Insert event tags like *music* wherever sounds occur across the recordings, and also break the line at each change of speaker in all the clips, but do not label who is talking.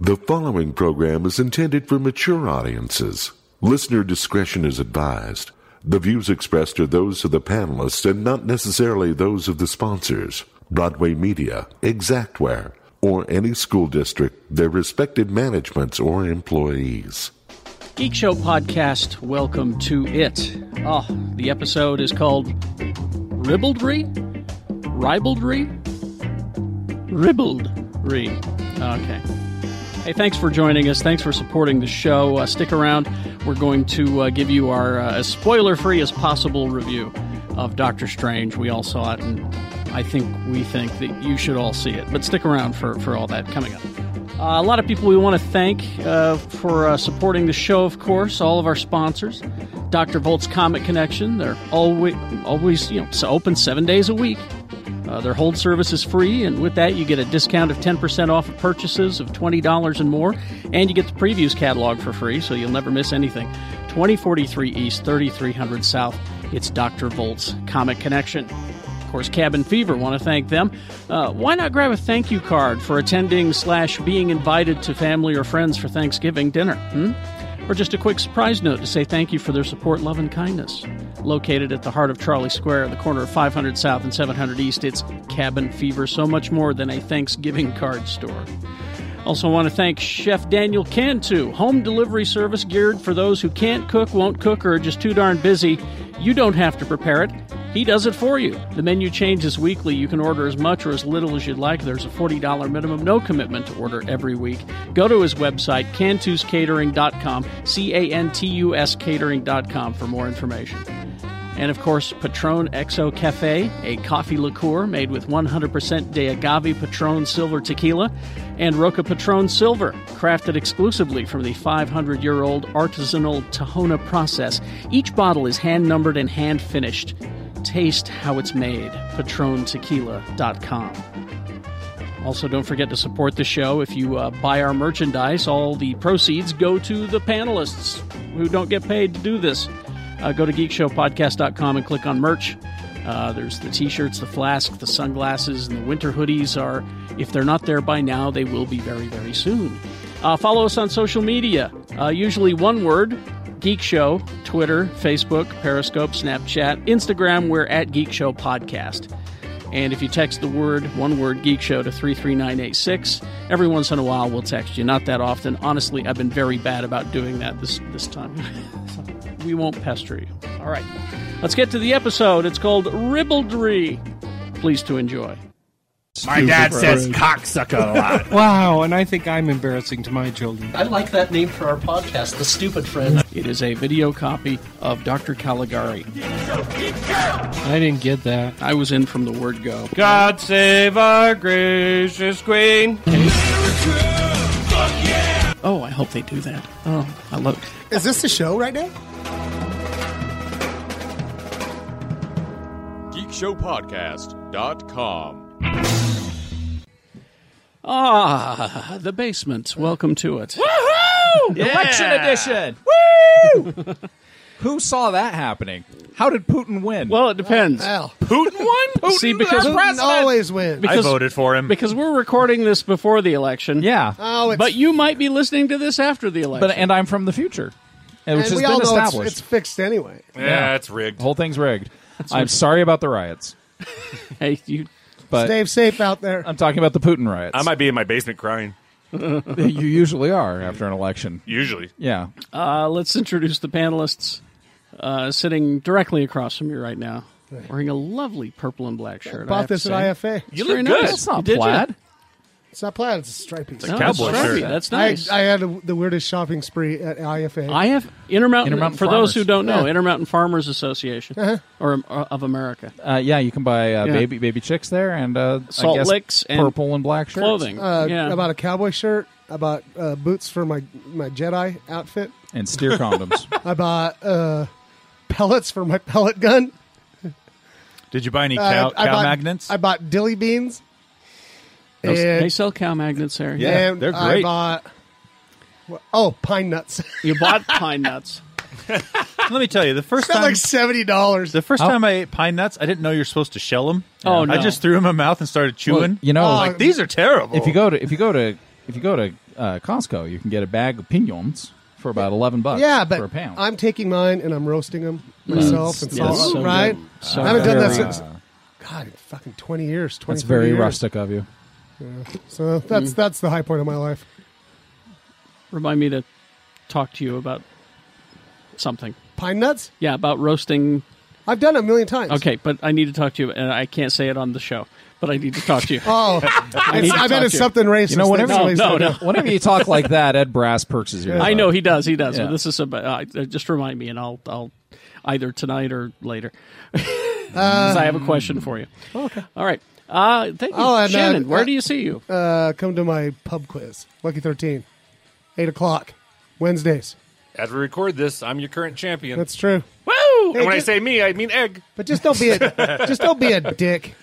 The following program is intended for mature audiences. Listener discretion is advised. The views expressed are those of the panelists and not necessarily those of the sponsors, Broadway Media, Exactware, or any school district, their respective managements or employees.
Geek Show Podcast, welcome to it. Oh, the episode is called Ribaldry? Ribaldry? Ribaldry. Okay. Hey, thanks for joining us. Thanks for supporting the show. Uh, stick around. We're going to uh, give you our uh, as spoiler free as possible review of Doctor Strange. We all saw it, and I think we think that you should all see it. But stick around for, for all that coming up. Uh, a lot of people we want to thank uh, for uh, supporting the show, of course, all of our sponsors. Dr. Volt's Comic Connection, they're always, always you know, s- open seven days a week. Uh, their hold service is free, and with that, you get a discount of 10% off of purchases of $20 and more, and you get the previews catalog for free, so you'll never miss anything. 2043 East, 3300 South. It's Dr. Volt's Comic Connection. Of course, Cabin Fever want to thank them. Uh, why not grab a thank you card for attending slash being invited to family or friends for Thanksgiving dinner? Hmm? Or just a quick surprise note to say thank you for their support, love, and kindness. Located at the heart of Charlie Square, the corner of 500 South and 700 East, it's Cabin Fever, so much more than a Thanksgiving card store. Also, want to thank Chef Daniel Cantu, home delivery service geared for those who can't cook, won't cook, or are just too darn busy. You don't have to prepare it. He does it for you. The menu changes weekly. You can order as much or as little as you'd like. There's a $40 minimum, no commitment to order every week. Go to his website, cantuscatering.com, C A N T U S catering.com, for more information. And of course, Patron XO Cafe, a coffee liqueur made with 100% de agave Patron Silver tequila and Roca Patron Silver, crafted exclusively from the 500 year old artisanal Tahona process. Each bottle is hand numbered and hand finished. Taste how it's made. PatronTequila.com. Also, don't forget to support the show. If you uh, buy our merchandise, all the proceeds go to the panelists who don't get paid to do this. Uh, go to geekshowpodcast.com and click on merch. Uh, there's the t shirts, the flask, the sunglasses, and the winter hoodies are, if they're not there by now, they will be very, very soon. Uh, follow us on social media, uh, usually one word Geek Show, Twitter, Facebook, Periscope, Snapchat, Instagram. We're at Geek Show Podcast. And if you text the word, one word, Geek Show to 33986, every once in a while we'll text you. Not that often. Honestly, I've been very bad about doing that this, this time. *laughs* So we won't pester you. All right. Let's get to the episode. It's called Ribaldry. Please to enjoy.
My dad says cocksucker a *laughs* lot.
Wow, and I think I'm embarrassing to my children.
I like that name for our podcast, The Stupid Friends.
It is a video copy of Dr. Caligari.
I didn't get that.
I was in from the word go.
God save our gracious queen.
Oh, I hope they do that. Oh, I love
Is this the show right now?
geekshowpodcast.com.
Ah, the basement. Welcome to it.
Election
edition. *laughs* Who saw that happening? How did Putin win?
Well, it depends.
Al.
Putin won?
See, because
Putin always wins.
I
because-
voted for him.
because we're recording this before the election.
yeah.
Oh, it's,
But you might be listening to this after the election.
but and I'm from the future, and which
and
has
we all
been
know it's,
established.
it's fixed anyway.
yeah, it's rigged.
The whole thing's rigged. I'm sorry about the riots, uh,
hey, you
but
Stay safe out there.
I'm talking about the Putin riots.
I
*laughs*
might be in my basement crying.
you usually are after an election.
Usually.
Yeah.
Uh, let's introduce the panelists uh, sitting directly across from you right now, wearing a lovely purple and black shirt. I have
Bought
to
this at
say.
IFA.
You
very
look good.
nice.
That's not
Did ya?
plaid.
It's not plaid. It's stripy.
No,
Cowboy
that's right.
shirt.
That's
I,
nice.
I had a, the weirdest shopping spree at IFA.
I have Intermountain,
Intermountain
for those
Farmers.
who don't know,
Yeah.
Intermountain Farmers Association or um, uh, of America.
Uh, yeah, you can buy uh,
Yeah.
baby baby chicks there, and uh,
Salt
I guess
licks and
purple and black shirts.
Clothing.
uh,
yeah.
I bought a cowboy shirt. I bought uh, boots for my, my Jedi outfit.
and steer condoms.
I bought uh, pellets for my pellet gun.
Did you buy any
Uh,
cow,
I, I
cow
bought, uh,
magnets?
I bought dilly beans. And,
they sell cow magnets there.
Yeah.
and
they're
I
great.
bought, oh, pine nuts. *laughs*
You bought pine nuts.
Let me tell you, the first
Spent
time
like $70.
the first time I ate pine nuts, I didn't know you're supposed to shell them.
Oh, no.
I just threw them in my mouth and started chewing.
you know,
Oh,
like these are terrible.
if you go to if you go to if you go to uh, Costco. You can get a bag of pignons for about eleven bucks.
Yeah, but
for a pound.
I'm taking mine and I'm roasting them myself and
yeah,
salt
so good.
right.
So
I haven't done that
very-
since God, fucking twenty years. Twenty.
uh, That's very
years.
rustic of you.
So that's that's the high point of my life.
Remind me to talk to you about something.
Pine nuts.
Yeah, about roasting.
I've done it a million times.
Okay, but I need to talk to you, and I can't say it on the show. But I need to talk to you.
Oh,
need
it's,
to
I
talk
bet it's
to you.
something racist.
You know, whenever-
That's
No,
what they
no,
said.
no.
Whenever you talk like that, Ed Brass perks here.
I know he does. He does.
Yeah.
But this is about. Uh, uh, just remind me, and I'll I'll either tonight or later. *laughs* 'Cause I have a question for you. Okay. All right. Uh, thank you,
Oh, and, uh,
Shannon. where
uh,
do you see you?
Uh, come to my pub quiz. Lucky thirteen, eight o'clock, Wednesdays.
As we record this, I'm your current champion.
That's true.
Woo!
Hey,
and when
just-
I say me, I mean egg.
But just don't be a just don't be a dick.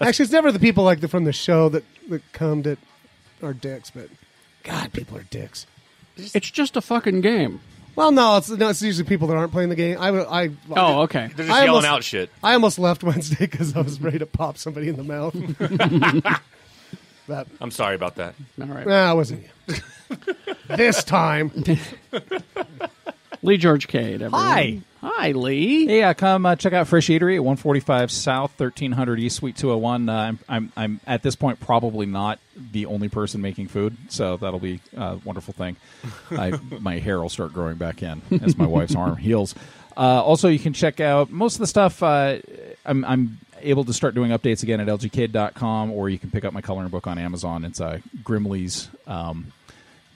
Actually, it's never the people like the, from the show that that come that are dicks. But God, people are dicks.
It's just a fucking game.
Well, no, it's no, it's usually people that aren't playing the game. I I
Oh, okay.
They're just
I
yelling
almost-
out shit.
I almost left Wednesday because I was ready to pop somebody in the mouth. but
I'm sorry about that.
All right.
nah, it wasn't you. this time,
Lee George Cade. Everyone.
Hi.
Hi, Lee.
Hey, uh, come uh, check out Fresh Eatery at 145 South, 1300 East, Suite 201. Uh, I'm, I'm, I'm at this point probably not the only person making food, so that'll be a wonderful thing. I, *laughs* my hair will start growing back in as my wife's arm heals. Uh, also, you can check out most of the stuff. Uh, I'm, I'm able to start doing updates again at lgkid.com, or you can pick up my coloring book on Amazon. It's uh, Grimley's. Um,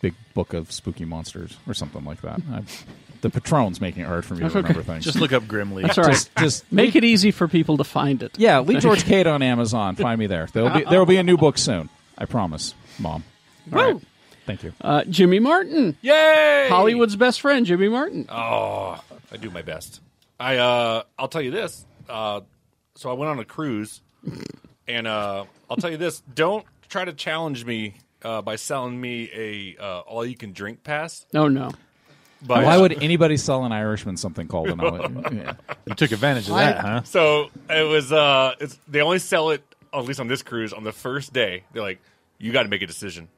Big book of spooky monsters, or something like that. i the patron's making it hard for me to remember things.
Just look up Grimly.
That's all right.
just
Make it easy for people to find it. *laughs*
yeah, Lee George Cade on Amazon. Find me there. There'll
Uh,
be there'll be a new book soon. I promise, Mom. All right. Thank you.
Uh, Jimmy Martin.
Yay!
Hollywood's best friend, Jimmy Martin.
Oh.
I do my best. I uh, I'll tell you this. Uh, so I went on a cruise, *laughs* and uh, I'll tell you this: don't try to challenge me uh, by selling me a uh, all you can drink pass.
No, Oh, no.
But
Why would anybody sell an Irishman something called an
*laughs*
yeah.
You took advantage of that, huh?
so it was. Uh, it's they only sell it at least on this cruise on the first day. They're like, you got to make a decision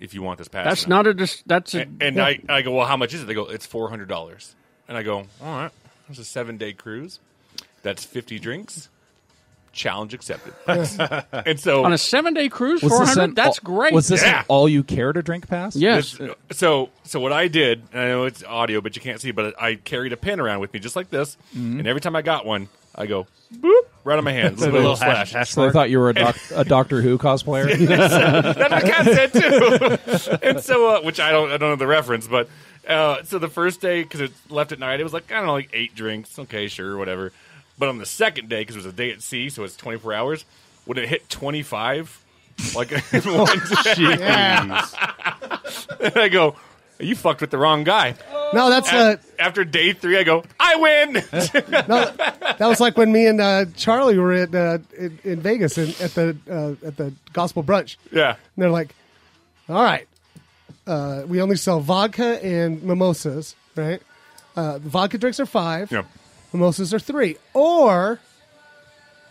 if you want this pass.
That's
or not."
not a. Dis- that's a.
And, and I I go, well, how much is it? They go, it's four hundred dollars. And I go, all right, it's a seven day cruise. That's fifty drinks.
*laughs*
Challenge accepted. and so
on a seven-day cruise,
Was
four
this an
hundred. That's
all-
great.
Was this an
Yeah.
all you care to drink pass?
yes.
This- so so what I did, and I know it's audio, but you can't see, but I carried a pin around with me just like this,
Mm-hmm.
and every time I got one, I go boop right on my hand, little, little slash.
So they thought you were a, doc- a Doctor
*laughs*
Who cosplayer.
That's what Kat said too. *laughs* and so, uh, which I don't, I don't know the reference, but uh, so the first day because it left at night, it was like I don't know, like eight drinks. Okay, sure, whatever. But on the second day, because it was a day at sea, so it's twenty four hours. When it hit twenty five, like *laughs* in one day, *laughs* I go, you fucked with the wrong guy.
no, that's uh,
At- after day three, I go, I win.
that was like when me and uh, Charlie were at uh, in, in Vegas in, at the uh, at the gospel brunch.
yeah.
And they're like, all right, uh, we only sell vodka and mimosas, right? Uh, vodka drinks are five,
Yeah.
mimosas are three. Or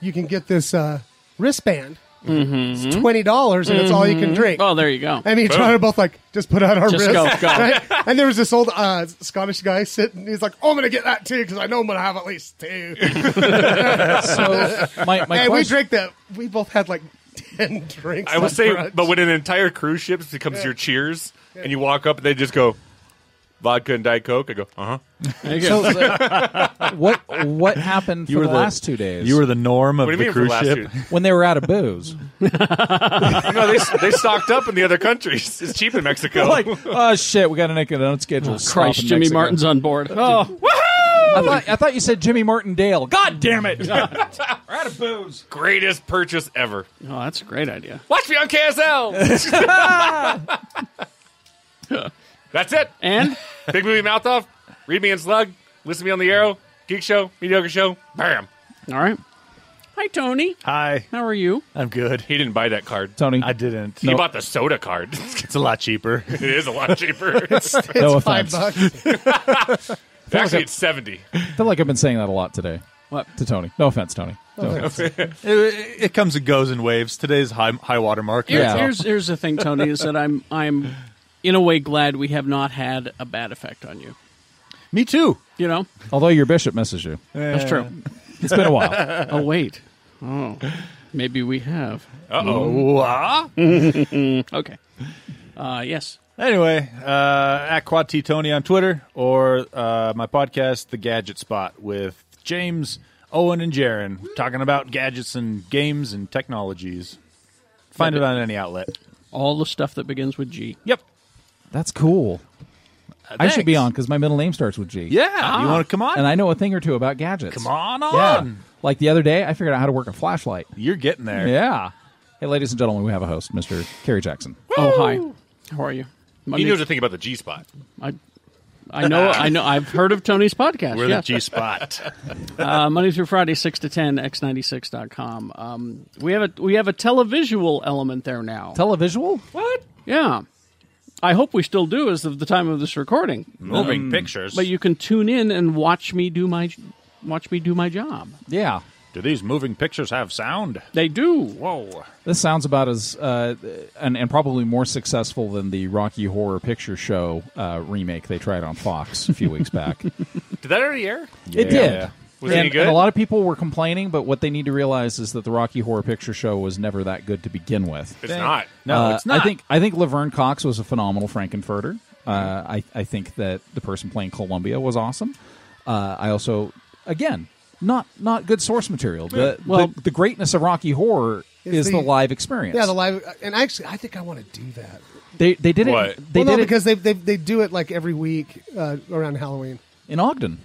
you can get this uh, wristband.
Mm-hmm.
It's $20 and it's all you can drink.
Oh, there you go.
And me and Charlie are both like, just put out our
Just
wrist.
go, go.
*laughs* right? And there was this old uh, Scottish guy sitting. He's like, oh, I'm going to get that too because I know I'm going to have at least two.
so my, my
and we
question-
drank that. We both had like *laughs* 10 drinks.
I will
at
say,
brunch.
but when an entire cruise ship becomes your cheers, and you walk up and they just go vodka and diet coke, I go, uh huh.
There you go.
So, so what what happened for the, last two days?
You were the norm of
What do you
the
mean for
cruise
last
ship.
year?
when they were out of
*laughs*
booze.
no, they, they stocked up in the other *laughs* countries. It's cheap in Mexico.
like, oh shit, we got an economic schedule. Stop
Christ,
in
Jimmy
Mexico.
Martin's on
*laughs*
board. Oh,
I thought, I thought you said Jimmy Martindale. God damn it!
Greatest purchase ever.
oh, that's a great idea.
*laughs* Watch me on KSL. *laughs* That's it.
*laughs*
And
Big movie mouth off. Read me in slug. Listen to me on the arrow. Geek show. Mediocre show. Bam.
all right. Hi, Tony.
Hi,
How are you?
I'm good.
He didn't buy that card.
*laughs* Tony,
I didn't.
He bought the soda card. *laughs* it
It's a lot cheaper.
is a lot *laughs* cheaper.
no
five
offense. I
bucks.
Actually, it's seventy.
feel like I've been saying that a lot today
What?
to Tony. No offense, Tony.
*laughs* It, it comes and goes in waves. Today's high high water mark.
Yeah.
That's all.
Here's here's the thing, Tony, is that I'm I'm in a way glad we have not had a bad effect on you.
Me too.
You know,
Although your bishop messaged you,
that's true.
it's been a *laughs* while.
Oh wait, oh maybe we have.
Oh. ah.
Okay, uh, yes.
Anyway, uh, at Quad T Tony on Twitter or uh, my podcast, The Gadget Spot, with James, Owen, and Jaron, talking about gadgets and games and technologies. Find it on any outlet.
All the stuff that begins with G.
Yep.
That's cool. I should be
thanks.
on because my middle name starts with G.
Yeah. You want to come on?
and I know a thing or two about gadgets.
come on on.
Yeah. Like the other day, I figured out how to work a flashlight.
You're getting there.
Yeah. Hey, ladies and gentlemen, we have a host, Mr. Kerry Jackson.
Oh hi, how are you? My
He
name-
knows a thing about the G spot.
I, I know, I know. I've heard of Tony's podcast.
We're
yes.
the G Spot.
uh, Monday through Friday, six to ten, x96.com. Um, we have a we have a televisual element there now.
Televisual?
yeah, I hope we still do as of the time of this recording.
*laughs* Moving pictures.
But you can tune in and watch me do my watch me do my job.
Yeah.
Do these moving pictures have sound?
They do.
Whoa.
This sounds about as, uh, and, and probably more successful than the Rocky Horror Picture Show uh, remake they tried on Fox a few
*laughs*
weeks back.
Did that already air?
It did.
Was it
and,
any good?
and a lot of people were complaining, but what they need to realize is that the Rocky Horror Picture Show was never that good to begin with.
It's not.
No,
Uh,
it's not.
I think I think Laverne Cox was a phenomenal Frankenfurter. Uh, I I think that the person playing Columbia was awesome. Uh, I also, again, not not good source material. The,
Well-
the, the greatness of Rocky Horror
Is
is the,
the-
live experience.
Yeah, the live and actually, I think I want to do that.
they they did
What?
it. They
well, no,
did it
because they, they they do it like every week uh, around Halloween.
in Ogden.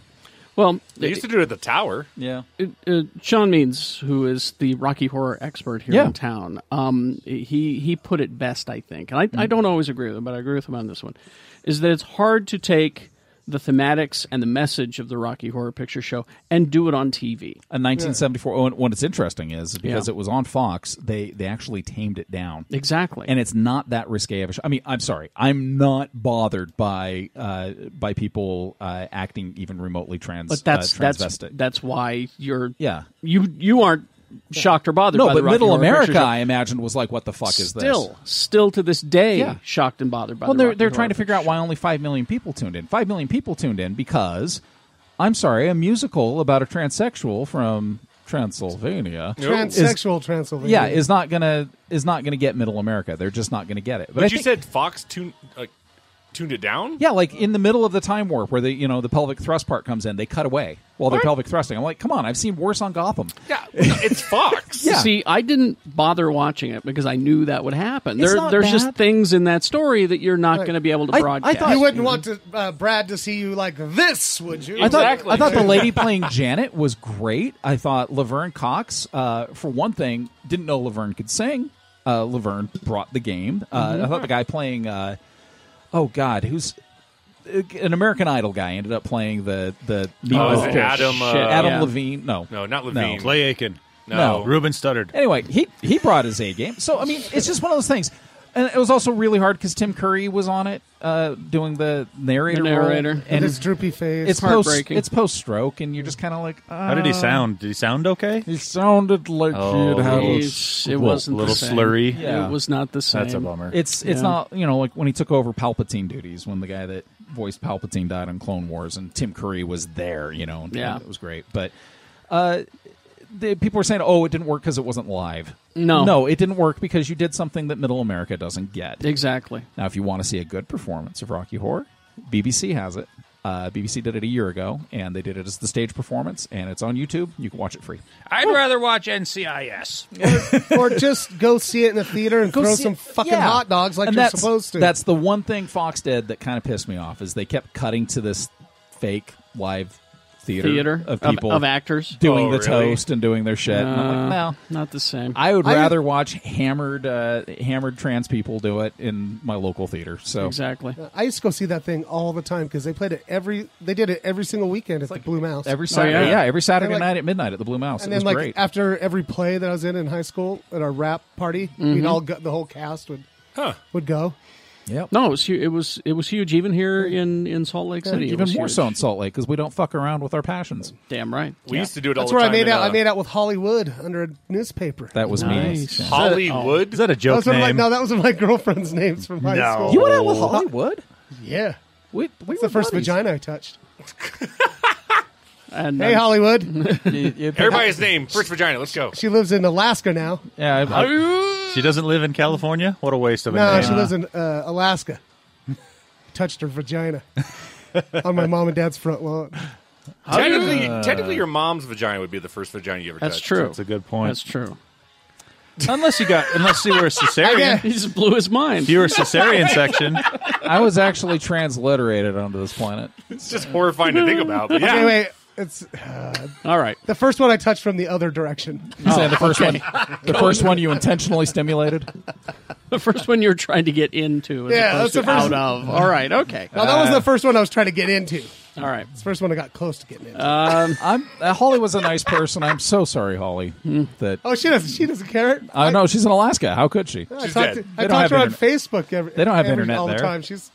Well,
They used to do it at the tower.
Yeah,
uh, Sean Means, who is the Rocky Horror expert here
Yeah.
in town, um, he he put it best, I think, and I, I don't always agree with him, but I agree with him on this one, is that it's hard to take the thematics and the message of the Rocky Horror Picture Show and do it on TV.
in 1974. Oh, and what's interesting is because
Yeah.
it was on Fox, they they actually tamed it down.
Exactly.
and it's not that risque of a show. I mean, I'm sorry, I'm not bothered by uh, by people uh, acting even remotely trans.
but that's
uh,
that's
transvestic.
that's why you're
yeah.
you you aren't shocked or bothered.
No,
by
but
the Rocky
Middle
Horror Picture
America,
Show.
I imagined, was like, what the fuck is this?
still still to this day
Yeah.
shocked and bothered by.
Well,
the
they're
Rocky
they're
Horror
trying to
Picture
figure out why only five million people tuned in. Five million people tuned in because, I'm sorry, a musical about a transsexual from Transylvania.
Transsexual Transylvania.
Yeah, is not gonna is not gonna get Middle America. They're just not gonna get it. But, I
But you
think-
said Fox tuned like tuned it down.
Yeah, like in the middle of the time warp where the you know the pelvic thrust part comes in, they cut away while they're pelvic thrusting. I'm like, come on, I've seen worse on Gotham.
Yeah,
*laughs*
it's Fox.
Yeah.
See, I didn't bother watching it because I knew that would happen.
It's
There,
not
there's
bad.
just things in that story that you're not going to be able to
I- I
broadcast.
thought-
you wouldn't want to, uh, Brad to see you like this, would you?
I thought
Exactly.
I thought
*laughs*
the lady playing Janet was great. I thought Laverne Cox, uh, for one thing, didn't know Laverne could sing. Uh, Laverne brought the game. Uh,
Mm-hmm.
I thought the guy playing, uh, oh God, who's an American Idol guy ended up playing the the
Oh,
Nemo
is it
fish.
Adam, uh,
Adam
yeah.
Levine. No,
No, not Levine.
Clay Aiken.
No.
Ruben Studdard.
Anyway, he he brought his A game. So I mean, it's just one of those things. And it was also really hard because Tim Curry was on it, uh, doing the narrator.
The
role.
narrator.
and
his droopy face.
it's post
heartbreaking.
it's post stroke, and you're just kind of like, uh,
How did he sound? Did he sound okay?
He sounded like
Oh,
he'd had. a-
It's- it wasn't
little
the same.
slurry.
Yeah.
It was not the same.
That's a bummer.
It's it's not you know like when he took over Palpatine duties when the guy that voiced Palpatine died on Clone Wars and Tim Curry was there you know and
Yeah.
it was great but uh, the, people were saying oh it didn't work because it wasn't live
No.
no it didn't work because you did something that Middle America doesn't get
Exactly.
Now, if you want to see a good performance of Rocky Horror, BBC has it. Uh, BBC did it a year ago, and they did it as the stage performance, and it's on YouTube. You can watch it free.
I'd rather watch NCIS.
or just go see it in a theater and throw some fucking
Yeah.
hot dogs like
And
you're
that's-
supposed to.
That's the one thing Fox did that kind of pissed me off is they kept cutting to this fake live theater,
Theater
of people
of, actors.
doing
Oh,
the
really?
toast and doing their shit. and I'm like, well,
Not the same.
I would
I-
rather watch hammered uh, hammered trans people do it in my local theater. So
exactly.
I used to go see that thing all the time because they played it every. They did it every single weekend at the Blue Mouse.
every Saturday,
yeah.
yeah. every Saturday
And, like-
night at midnight at the Blue Mouse.
and
it
then
was
like
great.
after every play that I
Mm-hmm.
was in in high school at our rap party, we'd all go, the whole cast would would go.
Yep.
No, it was, hu- it was it was huge. Even here in, in Salt Lake City, it
Even
was
more
huge.
so in Salt Lake because we don't fuck around with our passions.
Damn right.
We used to do it all
That's
the
where I
time.
made
in,
out.
uh,
I made out with Hollywood under a newspaper.
That was
Nice.
me. Yeah.
Hollywood.
Is that a
That
joke
was one of
name?
my, no, that was one of my *laughs* girlfriend's names from high
No.
school.
You went out with Hollywood?
Yeah,
We, we
it's the first vagina I
*laughs*
touched.
And
Hey,
uh, *laughs*
Hollywood. *laughs*
Oh.
Everybody's name, first vagina. Let's go.
she lives in Alaska now.
Yeah, I- I-
She doesn't live in California. What a waste of a
No,
name.
she lives in uh, Alaska. *laughs* Touched her
*laughs*
vagina on my mom and dad's front lawn.
Technically, technically, your mom's vagina would be the first vagina you ever
that's
touched.
true.
That's a good point.
That's true.
unless you got, unless you were a cesarean.
He just blew his mind.
If you were a cesarean section,
I was actually transliterated onto this planet.
It's just horrifying to think about. But yeah.
Anyway, it's
All right.
the first one I touched from the other direction.
You say the first one, the first one you intentionally stimulated.
The first one you're trying to get into. As
Yeah,
opposed
that's the
to
first-
out of. All right. Okay.
Now that
Ah.
was the first one I was trying to get into. It's
All right.
the first one I got close to getting into.
I'm uh, Holly was a nice person. I'm so sorry, Holly. That
Hmm.
oh, she doesn't. She doesn't care.
I know she's in Alaska. How could she?
I
She's dead.
talked to, I
They don't
talk to her
have
on Facebook every.
They don't have
every-
internet
all the
there.
time. She's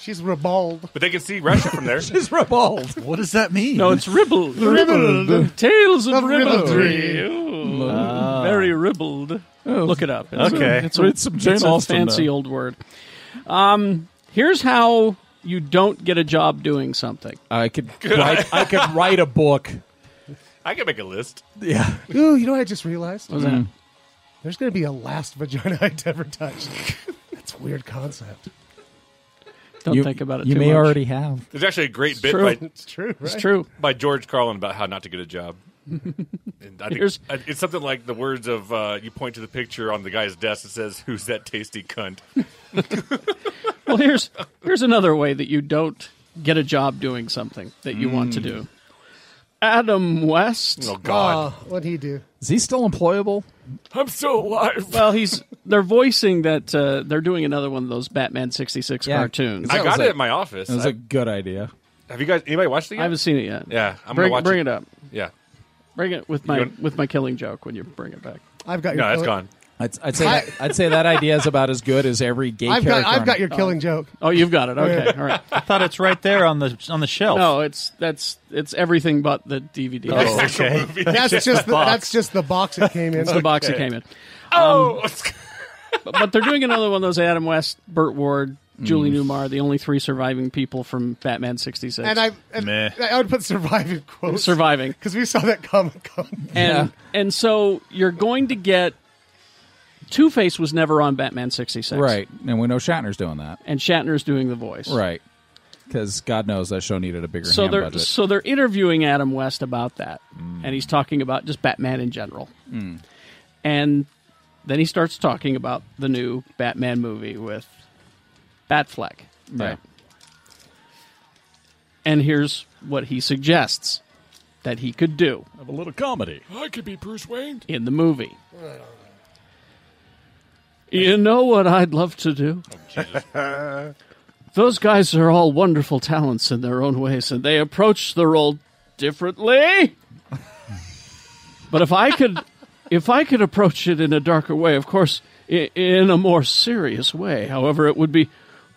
she's
*laughs*
ribald.
But they can see Russia from there.
She's ribald.
what does that mean?
No, it's ribbled. Ribbled. Tales of,
Of
ribaldry.
ribaldry.
Ooh, Very ribbled. Look it up. It's
Okay.
A, it's
Ah. Oh. Read some Jane
it's a
Austen,
fancy
though.
old word. Um, here's how you don't get a job doing something.
I could write, I could write a book.
I can make a list.
Yeah,
Ooh, you know what I just realized?
Mm.
There's going to be a last *laughs* vagina I'd ever touched. That's a weird concept.
Don't
you,
think about it.
You
too
may
much.
already have.
There's actually a great bit
true.
by,
It's true. Right?
It's true.
by George Carlin about how not to get
*laughs*
a job. And I think
Here's-
I- it's something like the words of uh, you point to the picture on the guy's desk that says, "Who's that tasty cunt?"
Well, here's here's another way that you don't get a job doing something that you want
Mm.
to do. Adam West.
Oh God,
Oh, what'd he do?
Is he still employable?
Oh. I'm so alive.
Well, he's they're voicing that uh, they're doing another one of those Batman sixty six
Yeah.
cartoons.
I
That was
got it
a-
at my office.
That was
I-
a good idea.
have you guys anybody watched it? Yet?
I haven't seen it yet.
Yeah, I'm
bring,
gonna watch
bring it.
it.
up.
Yeah,
Bring it with my
You want-
with my killing joke when you bring it back.
I've got your.
no, that's
killing-
gone.
I'd, I'd say that, I'd say that idea is about as good as every gay
I've
character.
got. I've
on-
got your killing joke.
Oh, you've got it. Okay, all right.
I thought it's right there on the on the shelf.
No, it's that's it's everything but the DVD.
Oh, okay.
That's just. the,
box.
that's just the box it came in.
It's the box it came in. Um,
Oh, *laughs*
But, but they're doing another one of those Adam West, Burt Ward, Julie
Mm.
Newmar, the only three surviving people from Batman sixty six.
and I. And
Meh.
I would put surviving quotes.
surviving.
Because we saw that Comic *laughs* Con.
And and so you're going to get Two Face was never on Batman sixty six.
right, and we know Shatner's doing that.
And Shatner's doing the voice.
Right, because God knows that show needed a bigger
So
hand
they're
budget. Mm.
so they're interviewing Adam West about that. And he's talking about just Batman in general. And then he starts talking about the new Batman movie with Batfleck.
Yeah.
And here's what he suggests that he could do
Have a little comedy.
I could be Bruce Wayne.
in the movie. You know what I'd love to do?
Oh,
*laughs* Those guys are all wonderful talents in their own ways, and they approach the role differently. but if I could, *laughs* if I could approach it in a darker way, of course, i- in a more serious way. However, it would be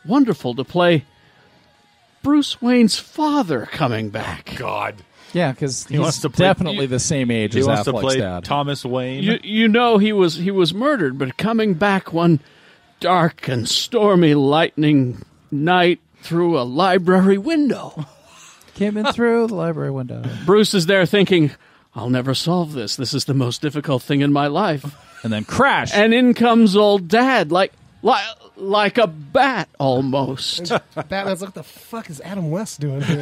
wonderful to play Bruce Wayne's father coming back.
God,
Yeah, because he's
wants to play-
definitely the same age
He
as
wants
Affleck's
to play
dad.
Thomas Wayne.
you, you know he was he was murdered, but coming back one dark and stormy lightning night through a library window.
Came
*laughs*
in through the library window,
Bruce is there thinking, I'll never solve this. This is the most difficult thing in my life.
and then crash.
And in comes old dad, like like, like a bat almost.
Batman's like, what the fuck is Adam West doing here?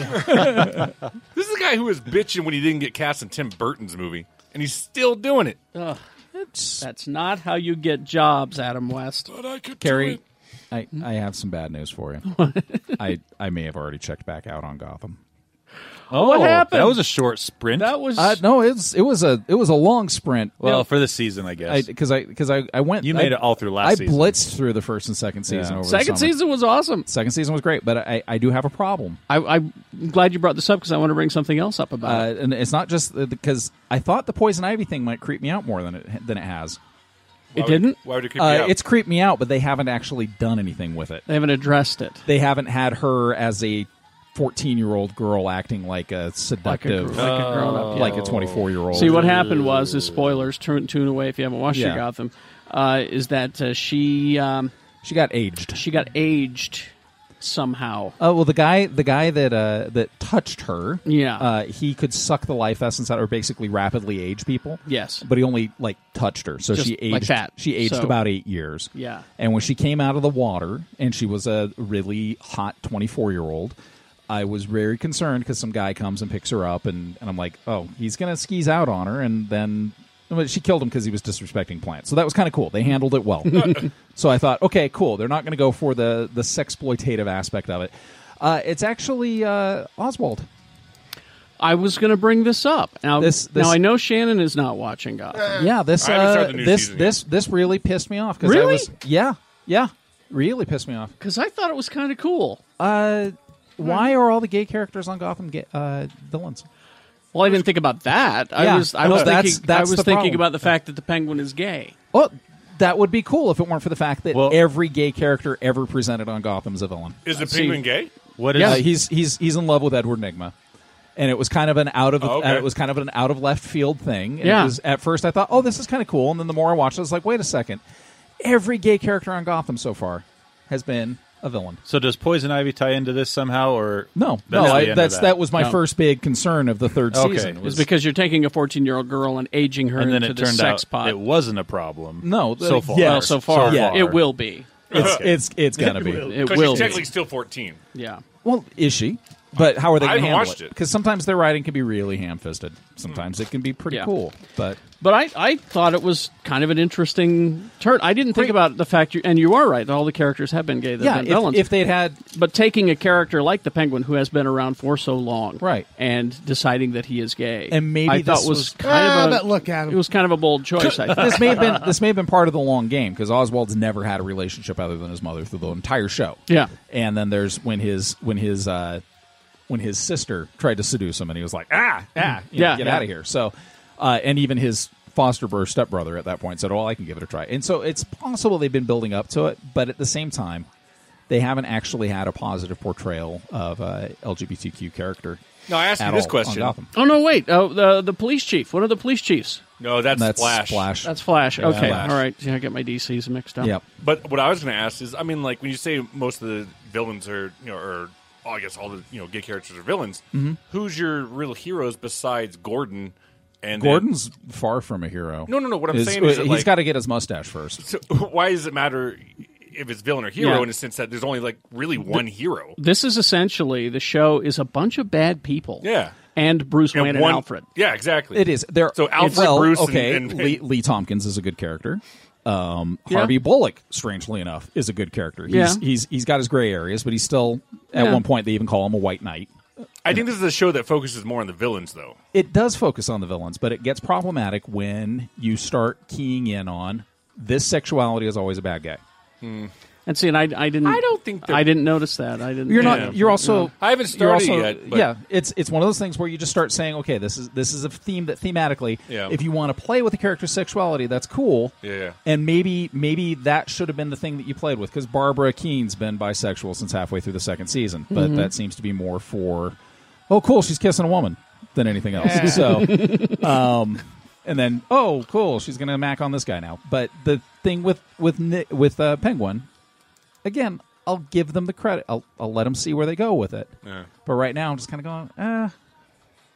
this is a guy who was bitching when he didn't get cast in Tim Burton's movie, and he's still doing it.
*laughs* That's not how you get jobs, Adam West.
But I could
Carrie, I,
Hmm?
I have some bad news for
*laughs*
you. I I may have already checked back out on Gotham.
oh,
what happened?
That was a short sprint.
That was
Uh, no, it's it was a it was a long sprint.
well
Yeah.
for the season, I guess.
because I because I, I went.
You made
I-
it all through last
I
season.
blitzed through the first and second season.
Yeah.
Over the
second
summer.
season was awesome.
Second season was great, but I, I do have a problem,
I, I'm glad you brought this up because I want to bring something else up about it.
uh, and it's not just because I thought the poison ivy thing might creep me out more than it than it has.
It didn't.
Why would it creep you
Uh,
out?
it's creeped me out, but they haven't actually done anything with it.
They haven't addressed it.
They haven't had her as a 14 year old girl acting like a seductive,
like a grown up, yeah.
like a 24 year old.
See what happened was is spoilers. Turn tune away if you haven't watched your
Yeah.
Gotham. Uh, is that uh, she um,
She got aged.
she got aged somehow?
Uh, well, the guy, the guy that uh, that touched her,
Yeah.
uh, he could suck the life essence out, or basically rapidly age people.
Yes.
but he only like touched her, so
Just
she aged.
like that.
She aged
So-
about eight years.
Yeah.
and when she came out of the water, and she was a really hot twenty four year old. I was very concerned because some guy comes and picks her up, and, and I'm like, oh, he's gonna skis out on her, and then well, she killed him because he was disrespecting plants. So that was kind of cool. They handled
*laughs*
it well. so I thought, okay, cool. They're not gonna go for the the sexploitative aspect of it. Uh, it's actually uh, Oswald.
I was going to bring this up. Now,
This- this-
now I know Shannon is not watching Gotham.
Yeah, this
I haven't
uh,
started the new
this
season yet.
this this really pissed me off because I
Really?
was yeah yeah really pissed me off.
Because I thought it was kind of cool.
Uh, why are all the gay characters on Gotham ga- uh, villains?
Well, I didn't think about that. I
Yeah.
was I
No,
was
that's-
thinking
that's
I was
the
thinking
problem.
about the fact that the Penguin is gay.
Well, that would be cool if it weren't for the fact that
Well-
every gay character ever presented on Gotham is a villain.
Is the
see.
penguin gay?
What is
Uh, he's he's he's in love with Edward Nigma. And it was kind of an out of
Oh, okay.
uh, it was kind of an out of left field thing. And
Yeah.
It was, at first, I thought, oh, this is kind of cool. And then the more I watched, it, I was like, wait a second, every gay character on Gotham so far has been a villain.
So does poison ivy tie into this somehow, or
No,
That's
no,
the
I,
end of
that's
that.
that. was my
No.
first big concern of the third
Okay.
season.
Is
Was,
because you're taking a 14 year old girl and aging her
and then
into
it
the
turned
sex
out
pot.
it wasn't a problem.
No, the-
so far,
yeah.
well, so far,
So far.
it will be.
it's it's it's gotta be.
It
'Cause
will
she's
be.
technically still 14.
Yeah.
Well, is she? But how are they
I
going to
haven't
handle
watched
it?
it.
Because sometimes their writing can be really ham-fisted. Sometimes it can be pretty
Yeah.
cool. But
But I, I thought it was kind of an interesting turn. I didn't think about the fact you, and you are right, that all the characters have been gay. They've
yeah,
been
if,
villains.
if they'd had
but taking a character like the Penguin, who has been around for so long,
Right.
and deciding that he is gay,
And maybe
I thought
this
was
was-
kind
Ah,
of a
but look at him.
It was kind of a bold choice.
*laughs*
I think.
this may have been this may have been part of the long game because Oswald's never had a relationship other than his mother through the entire show.
Yeah.
and then there's when his when his uh, when his sister tried to seduce him, and he was like, ah, ah, you know,
Mm-hmm. Yeah,
get
yeah.
out of here. So, uh, and even his foster brother, stepbrother at that point said, well, I can give it a try. And so it's possible they've been building up to it, but at the same time, they haven't actually had a positive portrayal of uh, LGBTQ character.
No, I asked
at
you this
all on
question.
Gotham.
oh no, wait, oh, the the police chief. What are the police chiefs?
No, that's,
That's
Flash.
Splash.
That's Flash. okay,
Flash.
all right. Yeah, I get my DCs mixed up.
Yep.
But what I was going to ask is, I mean, like when you say most of the villains are, you know, or oh, I guess all the you know gay characters are villains.
Mm-hmm.
Who's your real heroes besides Gordon? And then-
Gordon's far from a hero.
No, no, no, what I'm
Is-
saying is that,
he's
like-
got to get his mustache first.
So, *laughs* why does it matter if it's villain or hero
Yeah.
in a sense that there's only like really one hero?
This is essentially the show is a bunch of bad people.
Yeah.
And Bruce Wayne
And
and
one-
Alfred.
Yeah, exactly.
It is there.
So Alfred
well,
Bruce and-
okay.
and-
Lee, Lee Tompkins is a good character. Um,
Yeah.
Harvey Bullock, strangely enough, is a good character. He's,
Yeah.
he's he's got his gray areas, but he's still at
Yeah.
one point they even call him a white knight.
I think this is a show that focuses more on the villains, though.
It does focus on the villains, but it gets problematic when you start keying in on this sexuality is always a bad guy.
And see, and I, I didn't.
I don't think they're-
I didn't notice that. I didn't.
You're
Yeah.
not. You're also.
I haven't
you're
started
also-
yet, but-
Yeah, it's it's one of those things where you just start saying, okay, this is this is a theme that thematically,
Yeah.
if you want to play with the character's sexuality, that's cool.
Yeah.
and maybe maybe that should have been the thing that you played with because Barbara Keene's been bisexual since halfway through the second season, but that seems to be more for, oh, cool, she's kissing a woman than anything else. So and then oh cool she's gonna mac on this guy now but the thing with with Ni- with uh, penguin again i'll give them the credit i'll, I'll let them see where they go with it but right now i'm just kind of going uh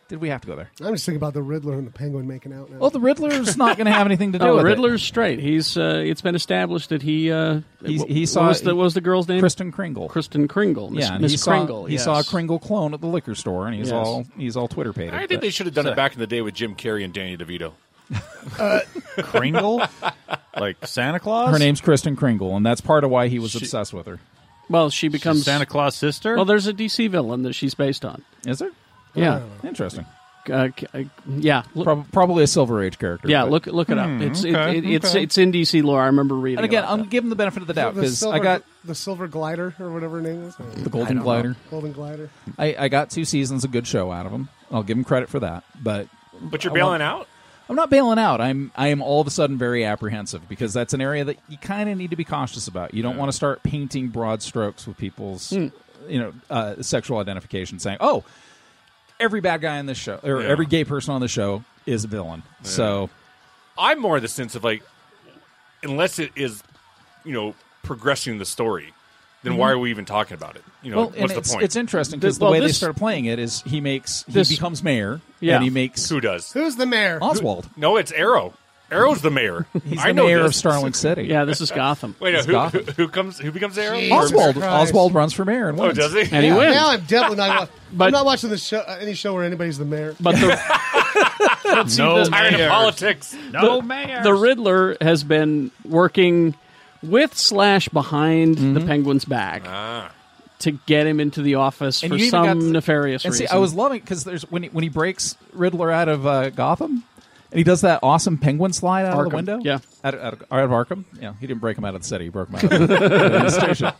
did we have to go there
*laughs* I'm just thinking about the Riddler and the Penguin making out now.
well the *laughs* riddler's not gonna have anything to do
No,
with
Riddler's straight. He's. Uh, it's been established that he. Uh,
He-
wh-
he
what
saw-
Was the, what was the girl's
it
name?
kristen kringle
Kristen Kringle. Miss,
yeah and
Miss
he
Kringle.
saw, he
yes.
saw a kringle clone at the liquor store and he's
Yes.
all he's all twitter pated
I think they should have done it back in the day with Jim Carrey and Danny DeVito. *laughs*
Kringle, like Santa Claus.
her name's kristen kringle and that's part of why he was obsessed with her
Well, she becomes.
Santa Claus sister.
well, there's a DC villain that she's based on.
is there
Yeah.
interesting
Uh, c- uh, yeah. Look,
Prob- probably a silver age character
yeah.
but- Hmm,
Look. Look it up. it's it, it, it's it's in DC lore. I remember reading.
and again
about
i'm
that.
giving the benefit of the doubt
The
because i
silver-
got Mm.
the silver glider or whatever her name is.
the Golden Glider.
Golden glider.
I, I got two seasons of good show out of them. I'll give them credit for that. But
But you're bailing out.
I'm not bailing out. I'm I am all of a sudden very apprehensive because that's an area that you kind of need to be cautious about. You don't want to start painting broad strokes with people's you know uh, sexual identification, saying, "Oh, every bad guy on this show or
Yeah.
every gay person on the show is a villain." So
I'm more of the sense of like, unless it is, you know, progressing the story, then why are we even talking about it? You know,
well, and
what's the
it's,
point?
it's interesting because the
Well,
way they
this-
start playing it is he makes he
This-
becomes mayor
Yeah.
and he makes
Who does?
Who's the mayor?
Oswald.
No, it's Arrow. Arrow's the mayor.
*laughs* He's
I
the
know
mayor
this.
of Starling City.
Yeah, this is Gotham.
Wait, no,
It's
who, who,
Gotham.
who comes? Who becomes Arrow?
Oswald.
Christ.
Oswald runs for mayor and
Oh,
wins.
does he?
And he
Yeah,
wins.
Now I'm definitely not. wa-
But-
I'm not watching the show, uh, any show where anybody's the mayor.
But the,
No
Tired of
mayors.
politics.
No mayors.
the Riddler has been working with slash behind the Penguin's back to get him into the office for
you even got
some
to-
nefarious
and
reason.
See, I was loving because there's when he, when he breaks Riddler out of uh, Gotham, and he does that awesome penguin slide out of
Arkham,
the window.
yeah.
out, out, of- out of Arkham. Yeah, he didn't break him out of the city; he broke him out of the *laughs* station.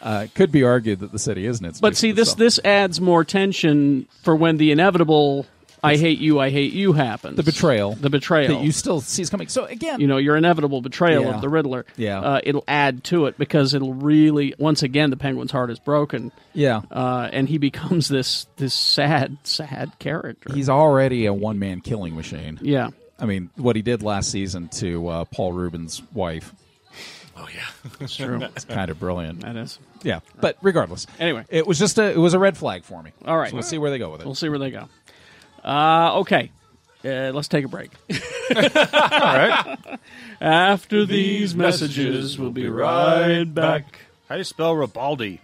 Uh, it could be argued that the city isn't its.
but see, this this adds more tension for when the inevitable "I hate you, I hate you" happens.
the betrayal,
The betrayal.
that you still see is coming. So again,
you know your inevitable betrayal
Yeah.
of the Riddler.
Yeah.
uh, it'll add to it because it'll really once again the Penguin's heart is broken,
yeah,
uh, and he *laughs* becomes this this sad sad character.
he's already a one man killing machine.
yeah,
I mean, what he did last season to uh, Paul Rubin's wife.
Oh yeah. *laughs*
that's true.
It's kind of brilliant.
that is.
Yeah, but regardless,
Uh, Anyway.
it was just a it was a red flag for me.
All right.
so we'll see where they go with it.
We'll see where they go. Uh, okay, uh, let's take a break. *laughs* All right. After these messages, we'll be right back.
How do you spell Ribaldi?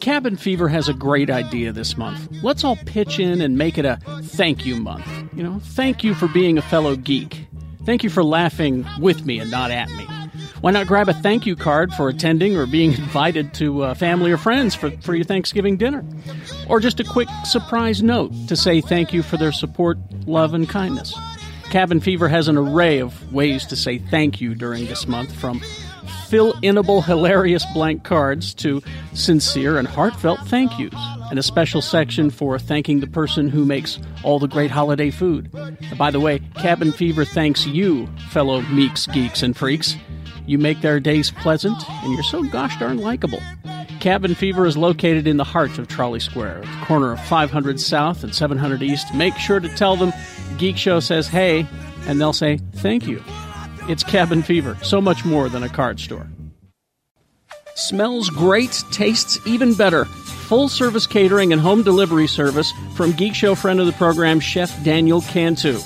Cabin Fever has a great idea this month. Let's all pitch in and make it a thank you month. You know, thank you for being a fellow geek. Thank you for laughing with me and not at me. Why not grab a thank you card for attending or being *laughs* invited to uh, family or friends for, for your Thanksgiving dinner? Or just a quick surprise note to say thank you for their support, love, and kindness. Cabin Fever has an array of ways to say thank you during this month from fill inable hilarious blank cards to sincere and heartfelt thank yous and a special section for thanking the person who makes all the great holiday food and by the way cabin fever thanks you fellow meeks geeks and freaks you make their days pleasant and you're so gosh darn likable cabin fever is located in the heart of trolley square at the corner of 500 south and 700 east make sure to tell them geek show says hey and they'll say thank you it's Cabin Fever, so much more than a card store. Smells great, tastes even better. Full service catering and home delivery service from Geek Show friend of the program, Chef Daniel Cantu.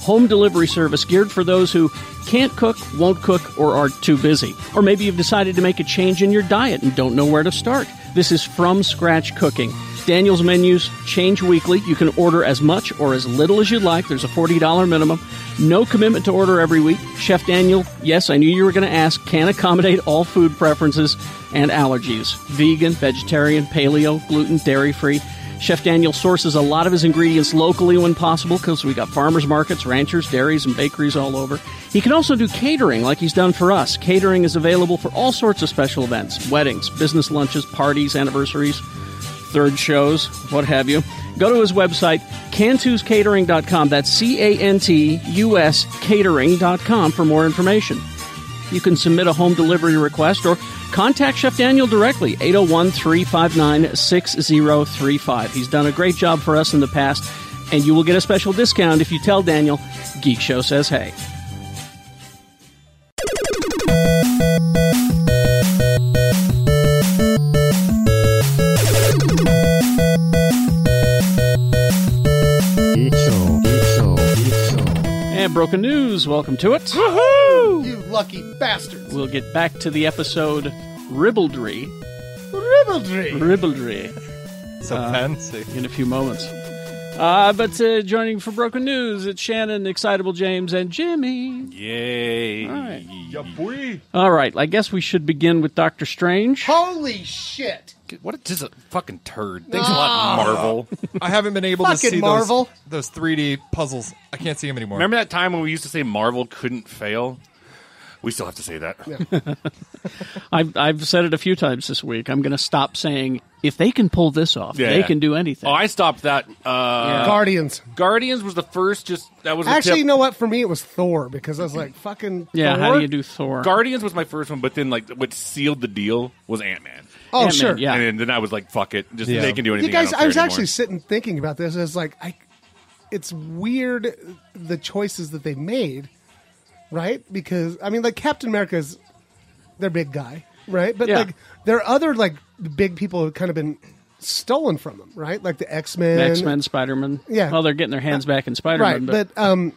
Home delivery service geared for those who can't cook, won't cook, or are too busy. Or maybe you've decided to make a change in your diet and don't know where to start. This is from scratch cooking. Daniel's menus change weekly. You can order as much or as little as you'd like. There's a $40 minimum. No commitment to order every week. Chef Daniel, yes, I knew you were going to ask, can accommodate all food preferences and allergies vegan, vegetarian, paleo, gluten, dairy free. Chef Daniel sources a lot of his ingredients locally when possible because we got farmers markets, ranchers, dairies, and bakeries all over. He can also do catering like he's done for us. Catering is available for all sorts of special events weddings, business lunches, parties, anniversaries third shows, what have you, go to his website, cantuscatering.com. That's C A N T U S catering.com for more information. You can submit a home delivery request or contact Chef Daniel directly, 801 359 6035. He's done a great job for us in the past, and you will get a special discount if you tell Daniel Geek Show says hey. And broken news, welcome to it.
You lucky bastards!
We'll get back to the episode Ribaldry.
Ribaldry.
Ribaldry.
So fancy.
in a few moments. Uh, but uh, joining for Broken News, it's Shannon, Excitable James, and Jimmy.
Yay.
All right. All right, I guess we should begin with Doctor Strange.
Holy shit!
What a just a fucking turd. Thanks a lot, Marvel.
I haven't been able to
Fucking
see
Marvel.
Those, those 3D puzzles. I can't see them anymore.
Remember that time when we used to say Marvel couldn't fail? We still have to say that.
I've, I've said it a few times this week. I'm going to stop saying if they can pull this off,
Yeah,
they
yeah.
can do anything.
Oh, I stopped that. Uh,
Guardians.
Guardians was the first. Just that was a
Actually, you
tip.
know what? For me, it was Thor because I was like, fucking.
yeah, how
Thor?
do you do Thor?
Guardians was my first one, but then like what sealed the deal was Ant Man.
Oh,
Ant-Man,
sure.
yeah.
And then, then I was like, fuck it, just
Yeah.
they can do anything.
You guys,
I,
I, was actually sitting thinking about this. I was like, I, it's weird the choices that they made, right? Because I mean, like Captain America's their big guy, right? But
Yeah.
like there are other like big people who've kind of been stolen from them, right? Like the X Men,
X Men, Spider Man.
Yeah.
Well, they're getting their hands back in Spider Man.
right?
but,
But, um,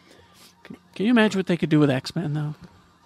can you imagine what they could do with X Men though?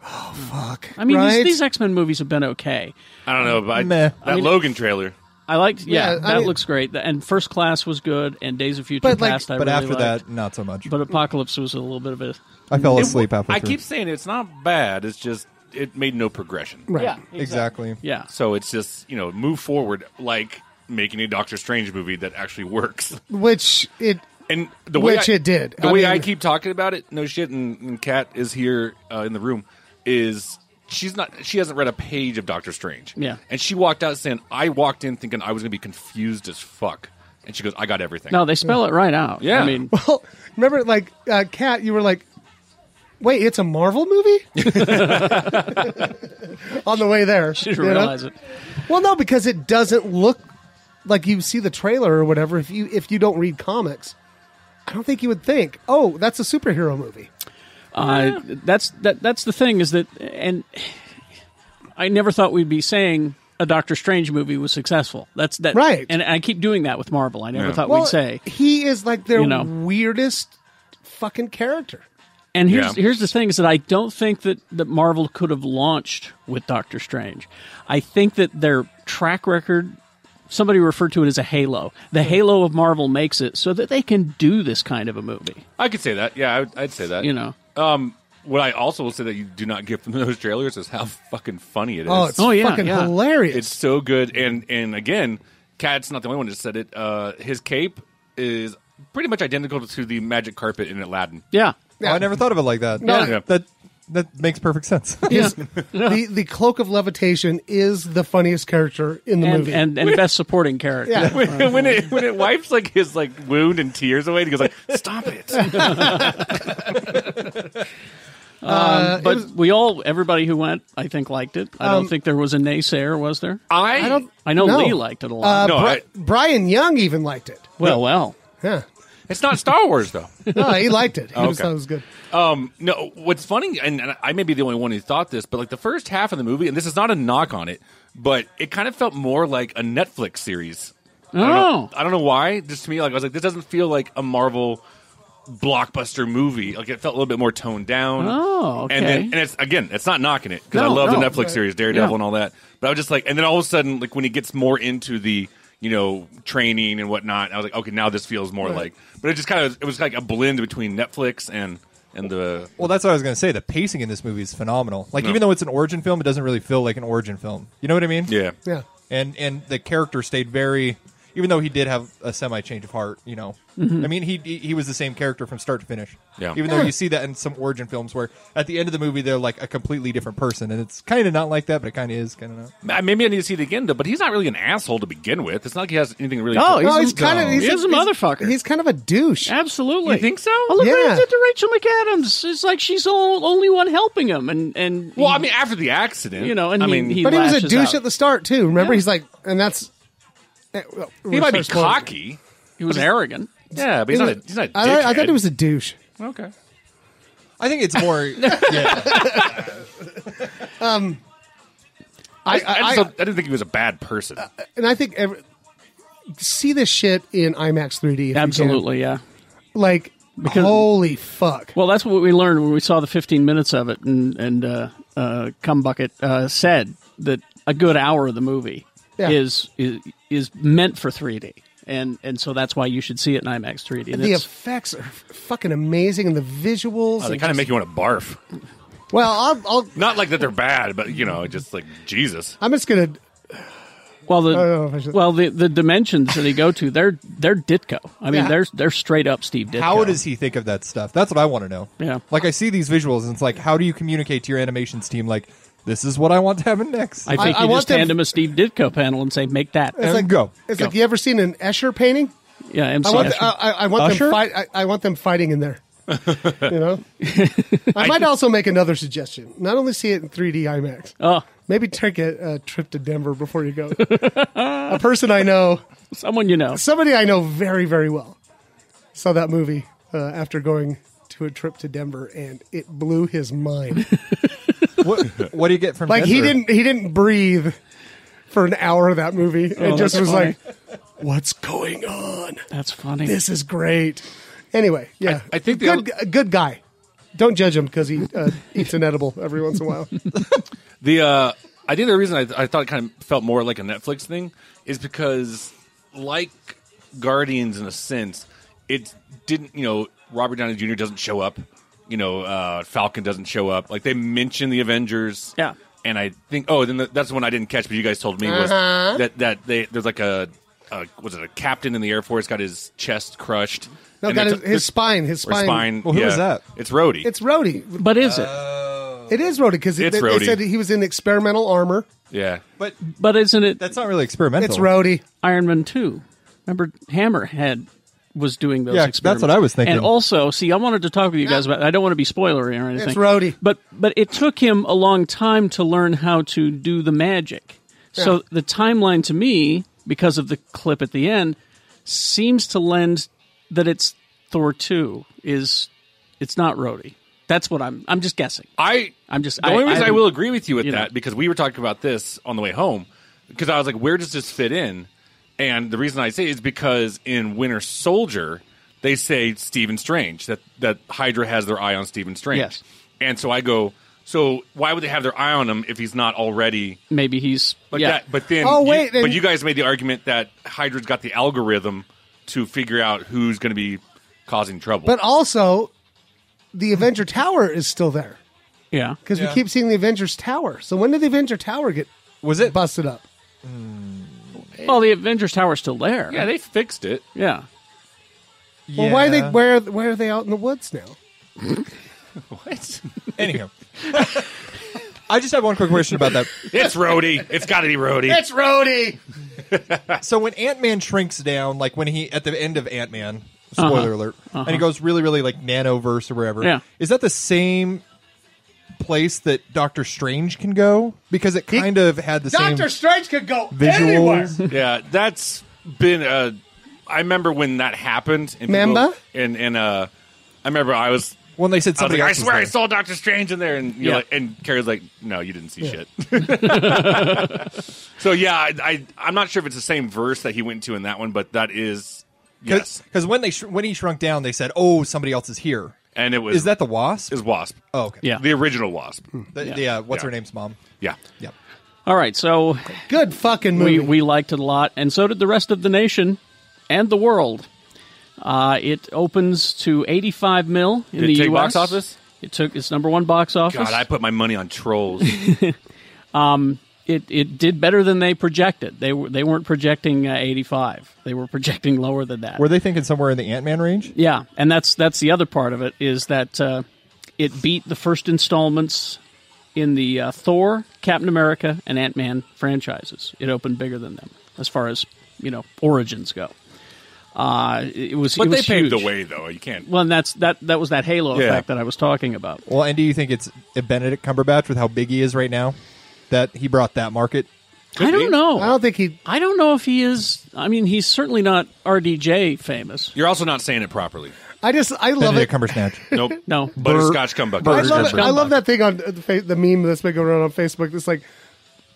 fuck.
I mean,
right?
these, these X Men movies have been okay.
I don't know, but I,
Meh.
that Logan trailer.
I liked, yeah,
Yeah, I
that
mean-
looks great. And First Class was good, and Days of Future
But, like-
Past. I
but
really
after
liked.
that, not so much.
but Apocalypse was a little bit of a
I fell asleep halfway
I
through.
keep saying it's not bad. It's just it made no progression.
right.
exactly.
yeah.
So it's just you know move forward like making a Doctor Strange movie that actually works.
which it
And the way
Which
I-
it did.
The
I
way
mean-
I keep talking about it, no shit. And, and Kat is here uh, in the room. Is she's not? She hasn't read a page of Doctor Strange.
Yeah.
And she walked out saying, "I walked in thinking I was going to be confused as fuck." And she goes, "I got everything."
No, they spell it right out.
Yeah.
I mean, *laughs*
Well, oh, remember, like, uh, Kat, you were like, wait, it's a
*laughs*
Marvel movie? *laughs* On the way there.
she didn't
you know?
realize it.
Well, no, because it doesn't look like you see the trailer or whatever if you if you don't read comics. I don't think you would think, oh, that's a superhero movie.
Uh, that's that. That's the thing is that, and *sighs* I never thought we'd be saying a Doctor Strange movie was successful. That's that,
Right.
And I keep doing that with Marvel. I never thought
Well,
we'd say.
he is like their
You know.
weirdest fucking character.
And here's
Yeah.
here's the thing is that I don't think that that Marvel could have launched with Doctor Strange. I think that their track record. Somebody referred to it as a halo. The halo of Marvel makes it so that they can do this kind of a movie.
I could say that. Yeah, I would, I'd say that.
You know.
Um, what I also will say that you do not get from those trailers is how fucking funny it is.
Oh, it's
Oh, yeah,
fucking
yeah.
hilarious.
It's so good. And and again, Cat's not the only one that said it. Uh, his cape is pretty much identical to the magic carpet in Aladdin.
Yeah.
Oh, I never thought of it like that.
No,
Yeah.
That that makes perfect sense.
Yeah.
*laughs* the, the cloak of levitation is the funniest character in the
And,
movie.
and and best supporting character.
Yeah.
*laughs*
*laughs* When, when it when it wipes like his like wound and tears away, he goes like, "Stop it!"
Uh,
Um, But
it was-
we all, everybody who went, I think liked it. I don't think there was a naysayer, was there?
I,
I don't.
I know
no.
Lee liked it a
Uh,
lot.
No,
Bri-
I-
Brian Young even liked it.
well, well,
Yeah,
*laughs* It's not Star Wars though.
no, he
*laughs*
liked it. He just
Okay.
thought it was good.
Um, no, what's funny, and, and I may be the only one who thought this, but like the first half of the movie, and this is not a knock on it, but it kind of felt more like a Netflix series. I don't know,
Oh.
I don't know why. Just to me, like I was like, this doesn't feel like a Marvel blockbuster movie. Like it felt a little bit more toned down.
Oh, okay.
And then, and it's again, it's not knocking it because I
No,
love
no.
the Netflix series Daredevil
Yeah.
and all that. But I was just like, and then all of a sudden, like when he gets more into the you know training and whatnot, I was like, okay, now this feels more like. But it just kind of it was like a blend between Netflix and and the
Well, that's what I was going to say. The pacing in this movie is phenomenal. Like,
No.
even though it's an origin film, it doesn't really feel like an origin film. You know what I mean?
yeah.
Yeah,
And and the character stayed very, even though he did have a semi change of heart. You know, I mean, he he he was the same character from start to finish.
Yeah.
Even though you see that in some origin films, where at the end of the movie they're like a completely different person, and it's kind of not like that, but it kind of is, kind of not.
Ma- Maybe I need to see it again though. But he's not really an asshole to begin with. It's not like he has anything really.
Oh,
no,
he's
he's
a-
kind of
he's a motherfucker.
He's kind of a douche.
absolutely.
You think so?
Oh, look what
Yeah.
he did to Rachel McAdams. It's like she's the only one helping him. And, and
well, I mean, after the accident,
You know, and
I
he-
mean,
he-
but he was a
lashes
douche
out.
at the start too. Remember,
Yeah.
he's like, and that's eh, well,
he might be
we're sorry,
cocky.
he was arrogant.
Yeah, but he's not. A, he's not. A
I, I thought
dickhead.
he was a douche.
okay.
I think it's more. yeah.
I,
I,
I,
I,
just don't- I didn't think he was a bad person.
and I think every, see this shit in IMAX 3D. if you can.
Absolutely, yeah.
like holy fuck.
Well, that's what we learned when we saw the 15 minutes of it, and and uh, uh, Cumbucket uh, said that a good hour of the movie
Yeah.
is, is is meant for 3D, and and so that's why you should see it in IMAX 3D. And
the
it's-
effects are f- fucking amazing, and the visuals.
Oh, they
and
kind of
just-
make you want to barf.
well, I'll, I'll,
Not like that they're bad, but you know, just like Jesus.
I'm just gonna
well,
don't know if I
the
should-
well the, the dimensions that they go to, they're they're Ditko. I mean,
Yeah.
they're they're straight up Steve Ditko.
How does he think of that stuff? That's what I want to know.
Yeah.
Like I see these visuals and it's like, how do you communicate to your animations team? Like This is what I want to happen next.
I think
I
you
want
just
them-
hand him a Steve Ditko panel and say, "Make that."
and
*laughs*
like-
go.
It's like you ever seen an Escher painting?
Yeah, MC
I want, uh,
Escher.
I, I, I want
Usher?
them fight. I, I want them fighting in there. you know, I might also make another suggestion. Not only see it in 3D IMAX,
oh,
maybe take a, a trip to Denver before you go. a person I know,
someone you know.
somebody I know very very well, saw that movie uh, after going to a trip to Denver, and it blew his mind.
what, what do you get from
Like he
Denver?
didn't he didn't breathe for an hour of that movie, and
that's
just was
funny.
like, "What's going on?"
That's funny.
this is great. Anyway, yeah,
I think the
good, a good guy. Don't judge him because he
*laughs*
uh, eats an edible every once in a while.
The uh, I think the reason I, I thought it kind of felt more like a Netflix thing is because, like Guardians, in a sense, it didn't. You know, Robert Downey Jr. doesn't show up. You know, uh, Falcon doesn't show up. Like they mention the Avengers.
Yeah.
And I think oh, then the, that's the one I didn't catch, but you guys told me was that that they there's like a, a was it a captain in the Air Force got his chest crushed.
No,
And
got
they
his,
took-
his spine, his
or
spine.
Well, who
yeah.
was that?
It's Rhodey.
It's Rhodey.
but is it?
Uh,
It is Rhodey because they,
It's
they
Rhodey.
said he was in experimental armor.
yeah.
But
but isn't it
that's not really experimental.
It's Rhodey.
Iron Man two? Remember, Hammerhead was doing those.
Yeah, that's
experiments.
what I was thinking.
And also, see, I wanted to talk with you guys about. I don't want to be spoilery or anything.
Rhodey.
But but it took him a long time to learn how to do the magic. So the timeline to me, because of the clip at the end, seems to lend that it's Thor two is it's not Rhodey. That's what I'm. I'm just guessing.
I
I'm just-
the
I-
only reason
I
I,
haven't-
will agree with you with
you know.
that because we were talking about this on the way home because I was like, where does this fit in? And the reason I say is because in Winter Soldier they say Stephen Strange that that Hydra has their eye on Stephen Strange.
Yes.
And so I go, so why would they have their eye on him if he's not already
Maybe he's
like
yeah.
that? But then,
Oh,
you-
wait,
but
and-
you guys made the argument that Hydra's got the algorithm to figure out who's going to be causing trouble.
But also, the Avenger Tower is still there
yeah.
because
Yeah.
we keep seeing the Avengers Tower. So when did the Avenger Tower get
was it?
busted up?
Well, the Avengers Tower's still there.
yeah, they fixed it.
Yeah.
Well, why are they
Yeah.
where where are they out in the woods now?
Anyhow, *laughs* I just have one quick question about that.
It's Rhodey. It's got to be Rhodey.
It's Rhodey.
So when Ant Man shrinks down, like when he at the end of Ant Man, spoiler alert, and he goes really, really like nanoverse or wherever.
Uh-huh. Yeah.
is that the same place that Doctor Strange can go? Because it kind of had the
Doctor
same
Strange could go anywhere.
visuals.
Yeah, that's been. Uh, I remember when that happened. And
Remember?
People, and and uh, I remember I was.
When they
I
said
was
somebody
like, I
else was
swear I
there.
saw Doctor Strange in there, and you're
Yeah.
like, and Carrie's like, no, you didn't see shit. *laughs* so yeah, I, I I'm not sure if it's the same verse that he went to in that one, but that is yes,
Because when they sh- when he shrunk down, they said, "Oh, somebody else is here."
and it was
Is that the Wasp?
is Wasp,
oh, okay.
Yeah.
the original Wasp.
Hmm.
The, the, uh, what's
Yeah.
her name's mom?
Yeah,
Yep.
All right, so
Good fucking movie.
we, we liked it a lot, and so did the rest of the nation and the world. Uh, it opens to 85 mil in
Did it
the
take
U.S.
box office?
It took its number one box office.
God, I put my money on Trolls.
it it did better than they projected. They were they weren't projecting uh, 85. They were projecting lower than that.
Were they thinking somewhere in the Ant Man range?
Yeah, and that's that's the other part of it is that uh, it beat the first installments in the uh, Thor, Captain America, and Ant Man franchises. It opened bigger than them as far as you know origins go. Uh, it was,
*laughs* but
it
they
was
paved
huge.
the way, though. You can't.
Well, and that's that that was that halo
Yeah.
effect that I was talking about.
Well, and do you think it's Benedict Cumberbatch with how big he is right now that he brought that market?
I don't know.
I don't think he.
I don't know if he is. I mean, he's certainly not RDJ famous.
You're also not saying it *laughs* properly.
I just I love it.
Benedict Cumberbatch.
Nope.
No.
Butterscotch Cumbuck.
I love, it.
Burger.
I love that thing on the, fa- the meme that's been going around on Facebook. It's like,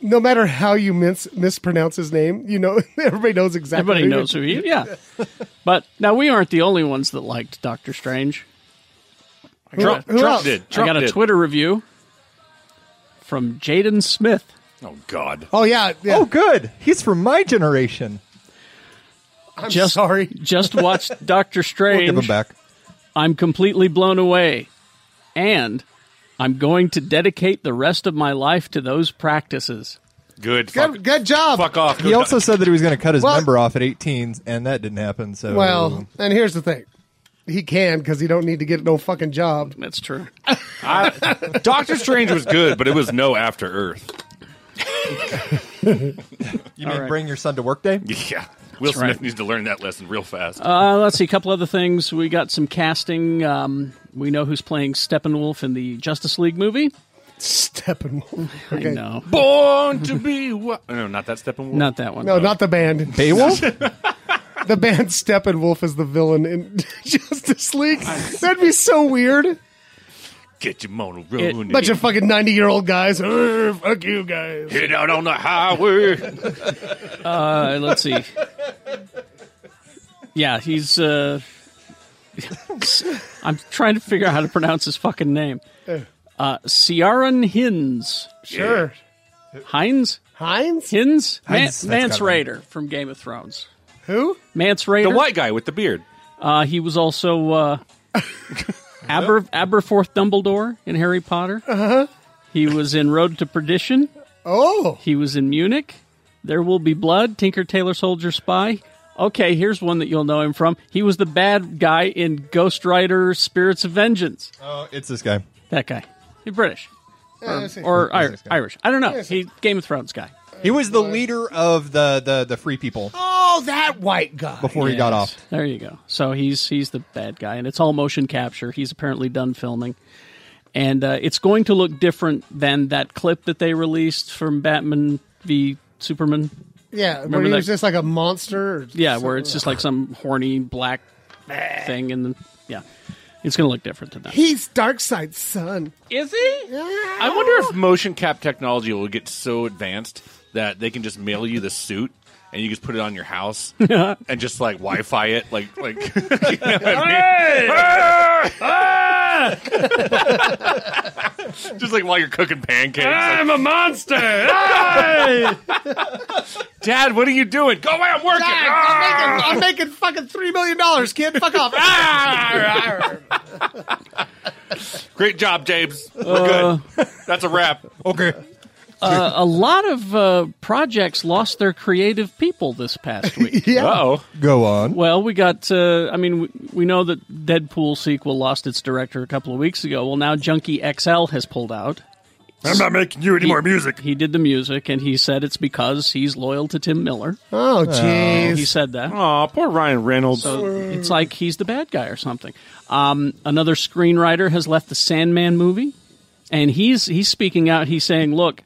no matter how you mince, mispronounce his name, you know *laughs* everybody knows exactly.
Everybody knows who he is. Yeah. *laughs* but now we aren't the only ones that liked Doctor Strange.
Trump,
Who
Trump
else?
did. Trump
I got a
did.
Twitter review from Jaden Smith.
Oh God.
Oh yeah, *laughs* yeah.
Oh, good. He's from my generation.
I'm
just-
sorry.
Just watched Doctor
We'll give him
Strange.
back.
I'm completely blown away. And I'm going to dedicate the rest of my life to those practices.
Good. Fuck,
Good, good job.
fuck off.
He also said that he was going to cut his
Well-
member off at 18, and that didn't happen. So,
Well, and here's the thing. He can because he don't need to get no fucking job.
That's true.
I, *laughs* Doctor Strange was good, but it was no After Earth.
You mean bring your son to work day?
Yeah, Will Smith
That's right.
needs to learn that lesson real fast.
Uh, let's see, a couple other things. We got some casting. Um, we know who's playing Steppenwolf in the Justice League movie.
Steppenwolf.
I know.
Born to be what? No, not that Steppenwolf.
Not that one.
No, not the band.
Beowulf?
*laughs* The band Steppenwolf is the villain in *laughs* Justice League. That'd be so weird.
Get your mono ruined.
Bunch of fucking ninety year old guys. "Arr, Fuck you guys.
Get out on the highway.
Uh, let's see. Yeah, he's. Uh, I'm trying to figure out how to pronounce his fucking name. Uh, Ciaran Hins.
Sure.
Hines?
Heinz?
Hins? Man-
Hines, that's
Mance
gotta be-
Raider from Game of Thrones.
Who?
Mance Raider.
the white guy with the beard.
Uh, he was also uh, Aber, Aberforth Dumbledore in Harry Potter. Uh-huh. He was in Road to Perdition.
Oh.
He was in Munich. There Will Be Blood, Tinker Tailor Soldier Spy. Okay, here's one that you'll know him from. He was the bad guy in Ghost Rider Spirits of Vengeance.
Oh, it's this guy.
That guy. He's British. Or,
see.
or Ir-
this guy?
Irish. I don't know. He Game of Thrones guy.
He was the leader of the the, the free people
Oh, that white guy.
before he got off.
There you go. So he's he's the bad guy, and it's all motion capture. He's apparently done filming, and uh, it's going to look different than that clip that they released from Batman v Superman.
Yeah, where
Remember
he
that-
was just like a monster. Or
Yeah, where it's just like some horny black thing, and then, yeah, it's going to look different than that.
he's Darkseid's son.
Is he?
Ah,
I wonder
Oh.
if motion cap technology will get so advanced that they can just mail you the suit and you just put it on your
*laughs*
house and just like Wi-Fi it, like like. *laughs* you know what I mean? *laughs*
*laughs*
just like while you're cooking pancakes. like,
I'm a monster.
*laughs* Dad, what are you doing? Go away, I'm
Ah!
working.
I'm, making, I'm making fucking three million dollars, kid. Fuck off. Ah!
*laughs*
Great job, James.
Uh,
We're good. That's a wrap.
Okay.
Uh, a lot of uh, projects lost their creative people this past *laughs* week.
yeah.
Oh,
Go on.
Well, we got. Uh, I mean, we, we know that Deadpool sequel lost its director a couple of weeks ago. Well, now Junkie XL has pulled out.
I'm not making you any more music.
He did the music, and he said it's because he's loyal to Tim Miller.
*laughs* Oh, jeez.
He said that.
Aw, poor Ryan Reynolds.
So it's like he's the bad guy or something. Um, another screenwriter has left the Sandman movie, and he's he's speaking out. He's saying, "Look,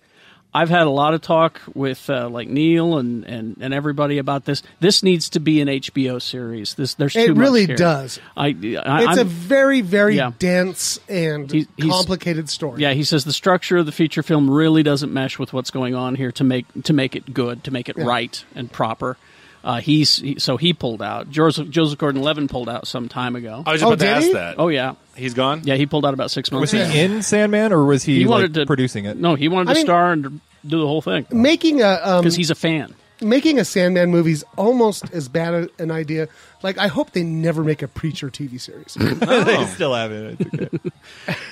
I've had a lot of talk with uh, like Neil and, and and everybody about this. This needs to be an HBO series. This there's
It
too much
really
here."
does.
I, I
It's
I'm-
a very, very
Yeah.
dense and
He- he's-
complicated story.
Yeah, he says the structure of the feature film really doesn't mesh with what's going on here to make to make it good, to make it right and proper. Uh, he's he, so he pulled out. Joseph, Joseph Gordon-Levitt pulled out some time ago.
I was just
Oh,
about to
did
ask
he?
that.
oh yeah,
he's gone.
yeah, he pulled out about six months.
Uh, Was he
ago.
in Sandman or was he,
He
like,
wanted to
producing it?
No, he wanted to
I mean-
star and do the whole thing
Making a um,
because he's a fan.
making a Sandman movie's almost as bad a, an idea. Like, I hope they never make a Preacher TV series.
they still haven't. It's okay.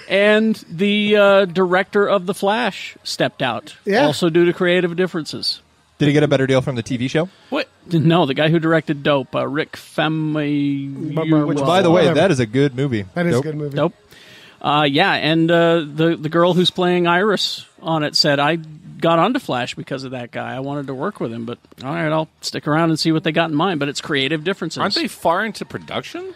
And the uh, director of the Flash stepped out,
Yeah.
also due to creative differences.
Did he get a better deal from the TV show?
What? No, the guy who directed Dope, uh, Rick Famuyiwa.
Which, by the way, that is a good movie.
That is
Dope.
a good movie.
Nope. Uh, yeah, and uh, the the girl who's playing Iris on it said I got onto Flash because of that guy. I wanted to work with him, but all right, I'll stick around and see what they got in mind. But it's creative differences.
Aren't they far into production?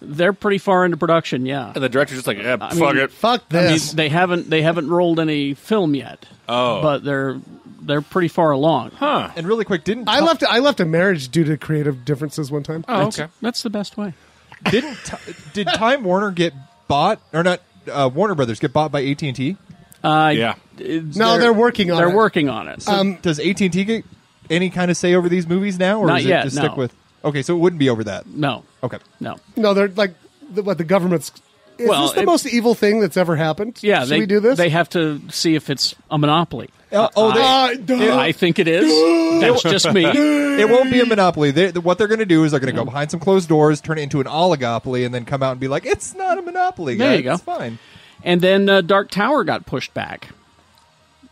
They're pretty far into production. Yeah.
And the director's just like, eh,
I
fuck
mean-
it.
Fuck
I mean,
this.
they haven't they haven't rolled any film yet.
Oh.
but they're they're pretty far along.
Huh.
And really quick, didn't
I left. I left a marriage due to creative differences one time.
Oh,
That's-
okay.
that's the best way.
*laughs* didn't Ti- did Time Warner get bought or not? Uh, Warner Brothers get bought by AT and T.
Uh,
Yeah.
no, they're, working on.
They're
it. Uh,
working on it.
Um,
Does AT and T get any kind of say over these movies now, or
Not
is it
yet,
just
no.
stick with? Okay, so it wouldn't be over that.
no,
Okay,
no.
No, they're like the, what the government's. Is
Well,
this the
it-
most evil thing that's ever happened?
Yeah,
Should
they
we do this?
They have to see if it's a monopoly.
Uh, oh, they,
Uh, duh.
I think it
*gasps*
is. That's just me.
it won't be a monopoly. They, what they're going to do is they're going to go behind some closed doors, turn it into an oligopoly, and then come out and be like, "It's not a monopoly.
There
guys.
you go.
It's fine."
And then uh, Dark Tower got pushed back.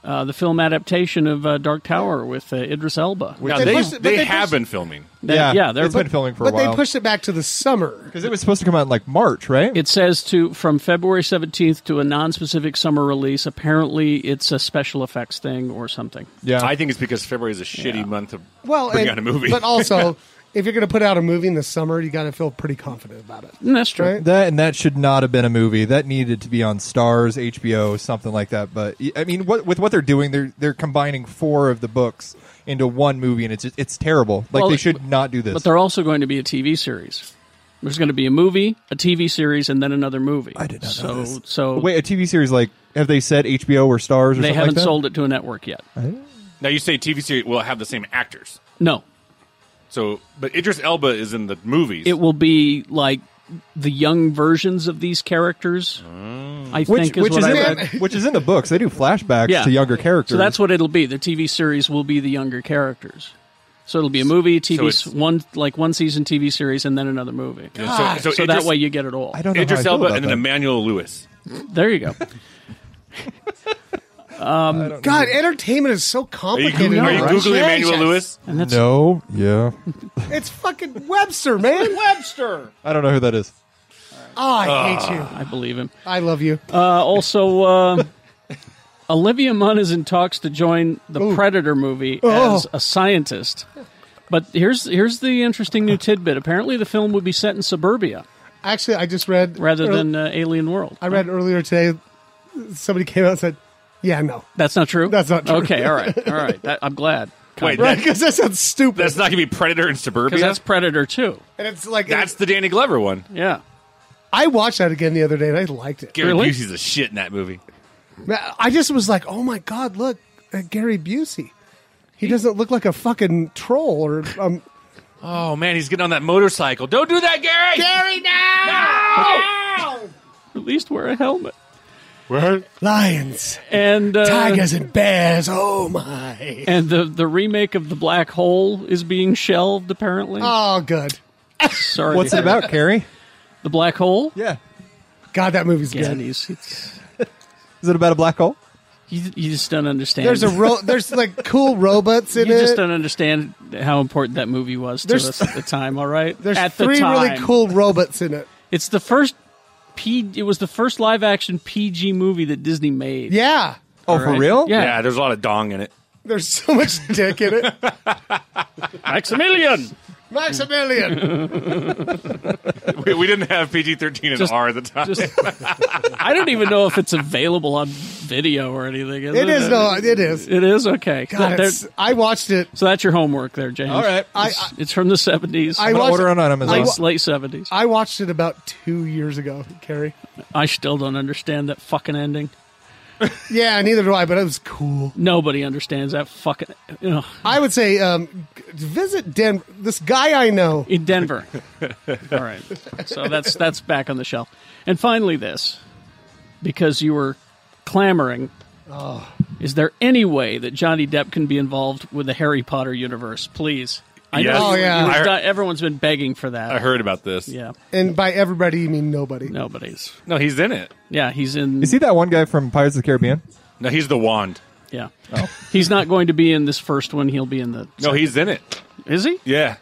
uh, the film adaptation of uh, Dark Tower with uh, Idris Elba.
Now, they, they, have been filming.
They- yeah, they're
it's been filming for a
but
while.
they pushed it back to the summer.
because it was supposed to come out in like March, right?
It says to from February 17th to a non-specific summer release. Apparently, it's a special effects thing or something.
yeah.
I think it's because February is a shitty month to
Well,
bring
and-
out a movie. *laughs*
but also if you're going to put out a movie in the summer, you got to feel pretty confident about it.
And that's true.
Right?
that and that should not have been a movie. That needed to be on Stars, HBO, something like that. But I mean, what, with what they're doing, they're they're combining four of the books into one movie, and it's just, it's terrible. Like
Well,
they should not do
But
this.
they're also going to be a TV series. There's going to be a movie, a TV series, and then another movie. I
did not know
so,
this.
So
Wait, a TV series like have they said HBO or Stars? Or
they
something
haven't
like that?
sold it to a network yet.
now, you say TV series will have the same actors.
No,
So, But Idris Elba is in the movies.
it will be like the young versions of these characters.
Mm.
I
Which,
think is
which
what
is
I
in
read.
the, which is in the books. They do flashbacks
Yeah.
to younger characters.
So that's what it'll be. The TV series will be the younger characters. So it'll be a movie, TV
it's-
one like one season TV series, and then another movie.
Yeah, so, so,
so
Idris,
that way you get it all.
I don't know. how I
Idris
feel
Elba
about
and then
that.
Emmanuel Lewis.
There you go.
God, entertainment is so
Are you,
complicated.
are you
right?
Googling Emmanuel Lewis?
And that's
no, yeah,
It's fucking Webster,
*laughs*
man.
Webster.
I don't know who that is.
Oh, I hate you.
I believe him.
I love you.
Uh, also, uh, Olivia Munn is in talks to join the Predator movie
Oh.
as a scientist. But here's here's the interesting new tidbit. Apparently, the film would be set in suburbia
Actually, I just read
rather
ear-
than uh, Alien World.
I read earlier today. Somebody came out and said, "Yeah, no,
That's not true.
That's not true.
Okay, all right,
*laughs*
all right. That, I'm glad.
Wait,
right?" *laughs*
that,
Because that sounds stupid.
that's not going to be Predator and Suburbia?
Because that's Predator too.
and it's like
That's the Danny Glover one.
Yeah.
I watched that again the other day and I liked it.
Gary
Really?
Busey's a shit in that movie.
Man, I just was like, "Oh my god, look at Gary Busey. He doesn't look like a fucking troll or um,
Oh man, he's getting on that motorcycle. Don't do that, Gary. Gary, now.
At least wear a helmet.
lions,
And uh,
tigers, and bears." Oh my!
And the the remake of the Black Hole is being shelved. Apparently.
Oh, good.
Sorry. to
What's it
hear.
about, Carrie?
The Black Hole.
Yeah,
God, that movie's
Yeah,
good.
he's, he's-
is it about a black hole?
you, you just don't understand.
There's a ro- there's like cool robots
you
in it.
just don't understand how important that movie was to
There's-
us at the time. All right.
*laughs* There's
at
three
the time.
really cool robots in it.
It's the first. P, it was the first live action PG movie that Disney made.
Yeah.
Oh,
all
for
right?
real?
Yeah.
Yeah, there's a lot of dong in it.
There's so much dick in it. *laughs*
Maximilian.
Maximilian.
We, we didn't have PG-13 and
Just-
R at the time.
Just, I don't even know if it's available on video or anything. Is
It is no, it is.
It is okay.
God,
There-
it's- I watched it.
so that's your homework there, James.
All right.
I,
It's, it's from the seventies,
I, I
I'm gonna
watched
order on Amazon.
late,
wa-
late seventies. I,
I watched it about two years ago, Carrie.
still don't understand that fucking ending.
Yeah, neither do I, but it was cool.
Nobody understands that fucking. You know,
I would say um, g- visit Denver. This guy I know.
in Denver. *laughs* All right, so that's that's back on the shelf. And finally, this because you were clamoring. Is there any way that Johnny Depp can be involved with the Harry Potter universe? Please, I
Yes.
know
Oh, yeah.
you've
I heard-
done- everyone's been begging for that.
I heard about this.
Yeah,
And by everybody, you mean nobody.
nobody's.
No, he's in it.
Yeah, he's in.
Is he that one guy from Pirates of the Caribbean?
No, he's the wand.
Yeah. He's not going to be in this first one. He'll be in the.
Oh. No, he's in it.
Is he?
Yeah,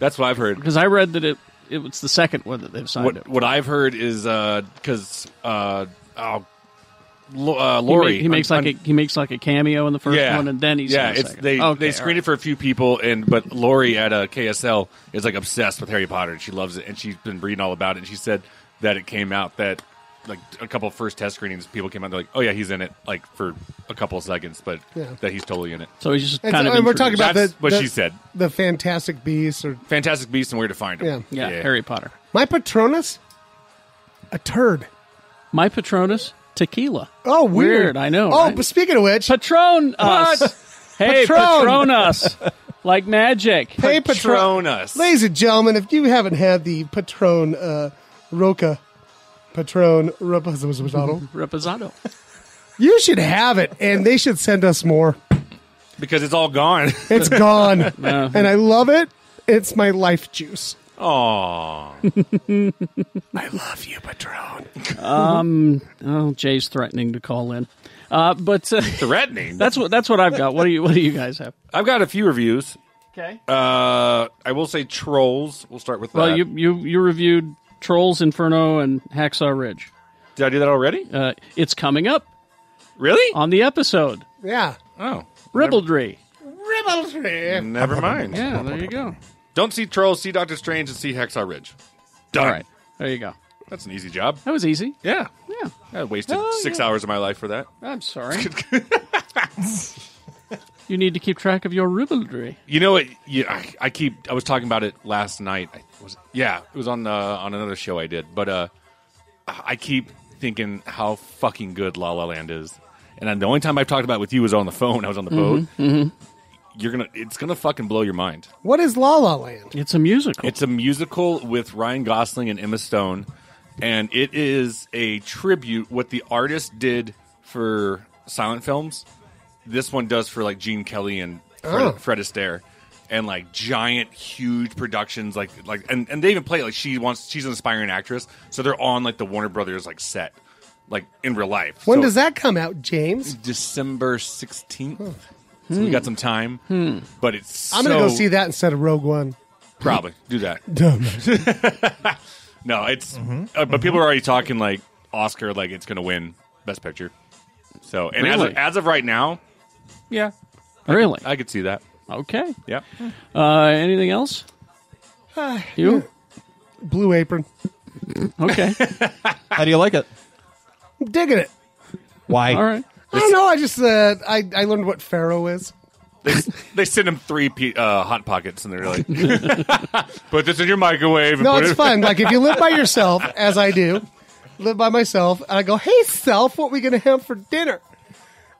that's what I've heard.
Because I read that it it was the second one that they've signed
What
it.
what I've heard is because uh, oh, Lo- uh,
He ma-
Lori
He, makes like a he makes like a cameo in the first one, and then he's
yeah.
In the
It's
second.
they
Okay,
they screened it for a few people, and but Lori at uh, KSL is like obsessed with Harry Potter. and She loves it, and she's been reading all about it. And she said that it came out that like a couple first test screenings, people came out they're like, oh yeah, he's in it like for a couple seconds, but that he's totally in it.
So he's just
And,
kind
so-
of.
and we're talking
introduced.
about the,
That's what
the-
she said.
The Fantastic Beasts or
Fantastic Beasts and Where to Find Him.
Yeah.
yeah, Harry Potter.
my Patronus, a turd.
My Patronus tequila.
Oh, weird.
Weird, I know,
Oh,
right?
but speaking of which,
Patron us. Hey,
Patron.
Patron
*laughs*
us. like magic.
Hey, Patron.
Patronus.
Ladies and gentlemen, if you haven't had the Patron uh, Roca, Patron Reposado,
Reposado.
*laughs* you should have it, and they should send us more.
Because it's all gone. *laughs* Uh-huh.
It's gone, and I love it. It's my life juice.
Aw.
I
love you, Patron.
um, oh, Jay's threatening to call in, uh, but uh, *laughs*
threatening.
That's what that's what I've got. What do you What do you guys have?
I've got a few reviews.
Okay.
Uh, I will say trolls. We'll start with
Well,
that.
you you you reviewed Trolls Inferno and Hacksaw Ridge.
Did I do that already?
Uh, it's coming up.
Really?
On the episode.
Yeah.
Oh.
Ribaldry.
Ribaldry.
Never mind.
Yeah, there you go.
Don't see trolls. See Doctor Strange and see Hacksaw Ridge. Done.
All right. There you go.
That's an easy job.
That was easy.
Yeah.
Yeah.
I wasted
Oh,
six
yeah.
hours of my life for that.
I'm sorry. you need to keep track of your ribaldry.
You know what? You, I, I keep. I was talking about it last night. I, was it- yeah, it was on uh, on another show I did. But uh, I keep thinking how fucking good La La Land is, and the only time I've talked about it with you was on the phone. I was on the boat. You're gonna. It's gonna fucking blow your mind.
What is La La Land?
It's a musical.
It's a musical with Ryan Gosling and Emma Stone, and it is a tribute what the artist did for silent films. This one does for like Gene Kelly and Fred,
Oh.
Fred Astaire, and like giant, huge productions. Like like, and, and they even play it, like she wants. She's an aspiring actress, so they're on like the Warner Brothers like set, like in real life.
When
So-
does that come out, James?
December sixteenth. So we got some time, but it's.
Hmm. I'm gonna go
so-
see that instead of Rogue One.
Probably do that.
Dumb.
No, it's
Mm-hmm.
uh, but people are already talking like Oscar, like it's going to win Best Picture. So and as,
Really?
of, as of right now, yeah,
Really?
I could see that.
Okay.
Yeah,
Uh, anything else?
Ah,
You?
Blue Apron.
*laughs*
Okay.
How do you like it?
I'm digging it.
Why?
All right.
I don't know. I just uh, I I learned what Pharaoh is.
they they send him three pe- uh, hot pockets, and they're like, *laughs* "Put this in your microwave." and
No,
put
it's
it-
fun. Like if you live
*laughs*
by yourself, as I do, live by myself, and I go, "Hey, self, what we gonna have for dinner?"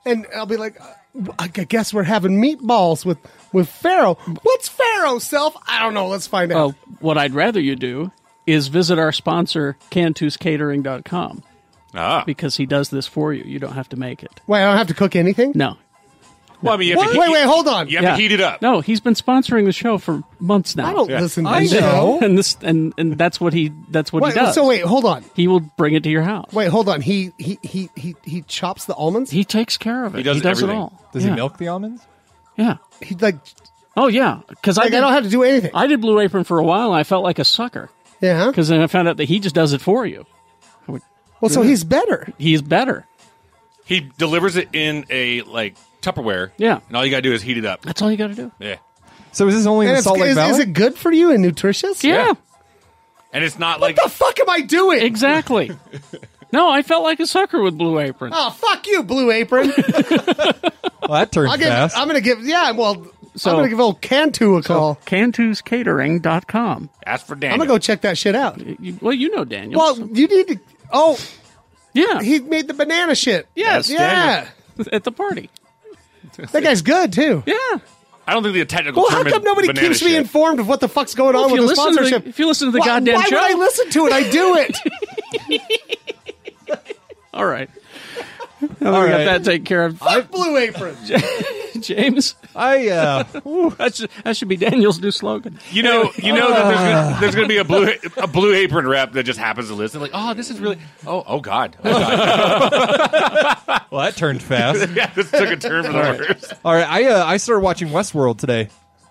And I'll be like, "Uh, "I I guess we're having meatballs with with Pharaoh. What's Pharaoh, self? I don't know. Let's find out."
Well, what I'd rather you do is visit our sponsor, cantuscatering.com,
ah.
because he does this for you. You don't have to make it.
Wait, I don't have to cook anything.
No.
Well, I mean, you have to
Wait,
heat-
wait, hold on.
You have
Yeah.
to heat it up.
No, he's been sponsoring the show for months now.
I don't listen to
I
this show.
know.
*laughs* And this and, and that's what he that's what
Wait,
he does.
so wait, hold on.
He will bring it to your house.
Wait, hold on. He he he he, he chops the almonds. He,
He takes care of it.
He does
it
everything.
all.
Does
yeah.
he milk the almonds?
Yeah.
like
Oh yeah. Because I
like I
did,
don't have to do anything.
I did Blue Apron for a while. and I felt like a sucker
yeah.
because then I found out that he just does it for you.
Well, so he's better.
He's better.
He delivers it in a like Tupperware.
Yeah.
and all you got to do is heat it up.
That's all you got to do.
Yeah,
So is this only in
And
the
it's,
Salt Lake
is,
Valley?
is it good for you and nutritious?
Yeah,
and it's not like
What the fuck am I doing? *laughs*
exactly. no, I felt like a sucker with Blue Apron.
Oh fuck you, Blue Apron!
well, that turned
I'll give,
fast.
I'm gonna give yeah. Well,
So-
I'm gonna give old Cantu a call.
Cantuscatering.com.
ask for
I'm
Daniel.
gonna go check that shit out.
You, well, you know Daniel.
Well,
so-
you need to. Oh,
yeah,
he made the banana shit.
Yes.
yeah.
at the party.
That guy's good too.
Yeah.
I don't think the technical.
Well, how
term is
come nobody
banana
keeps me
shit.
informed of what the fuck's going on
if you
with the
listen to the-
sponsorship?
if you listen to the
Why-
goddamn
why
show.
would I listen to it? I do
*laughs*
it.
All right. Now that we got
right.
that taken care of. *laughs*
Fuck Blue Apron.
James,
I uh, *laughs*
that should, that should be Daniel's new slogan.
You know, you know that there's gonna, there's gonna be a blue a blue apron rep that just happens to listen. Like, oh, this is really oh oh god, *laughs* oh, god.
well, that turned fast.
yeah, this took a turn for the worse.
All right, I uh, I started watching Westworld today.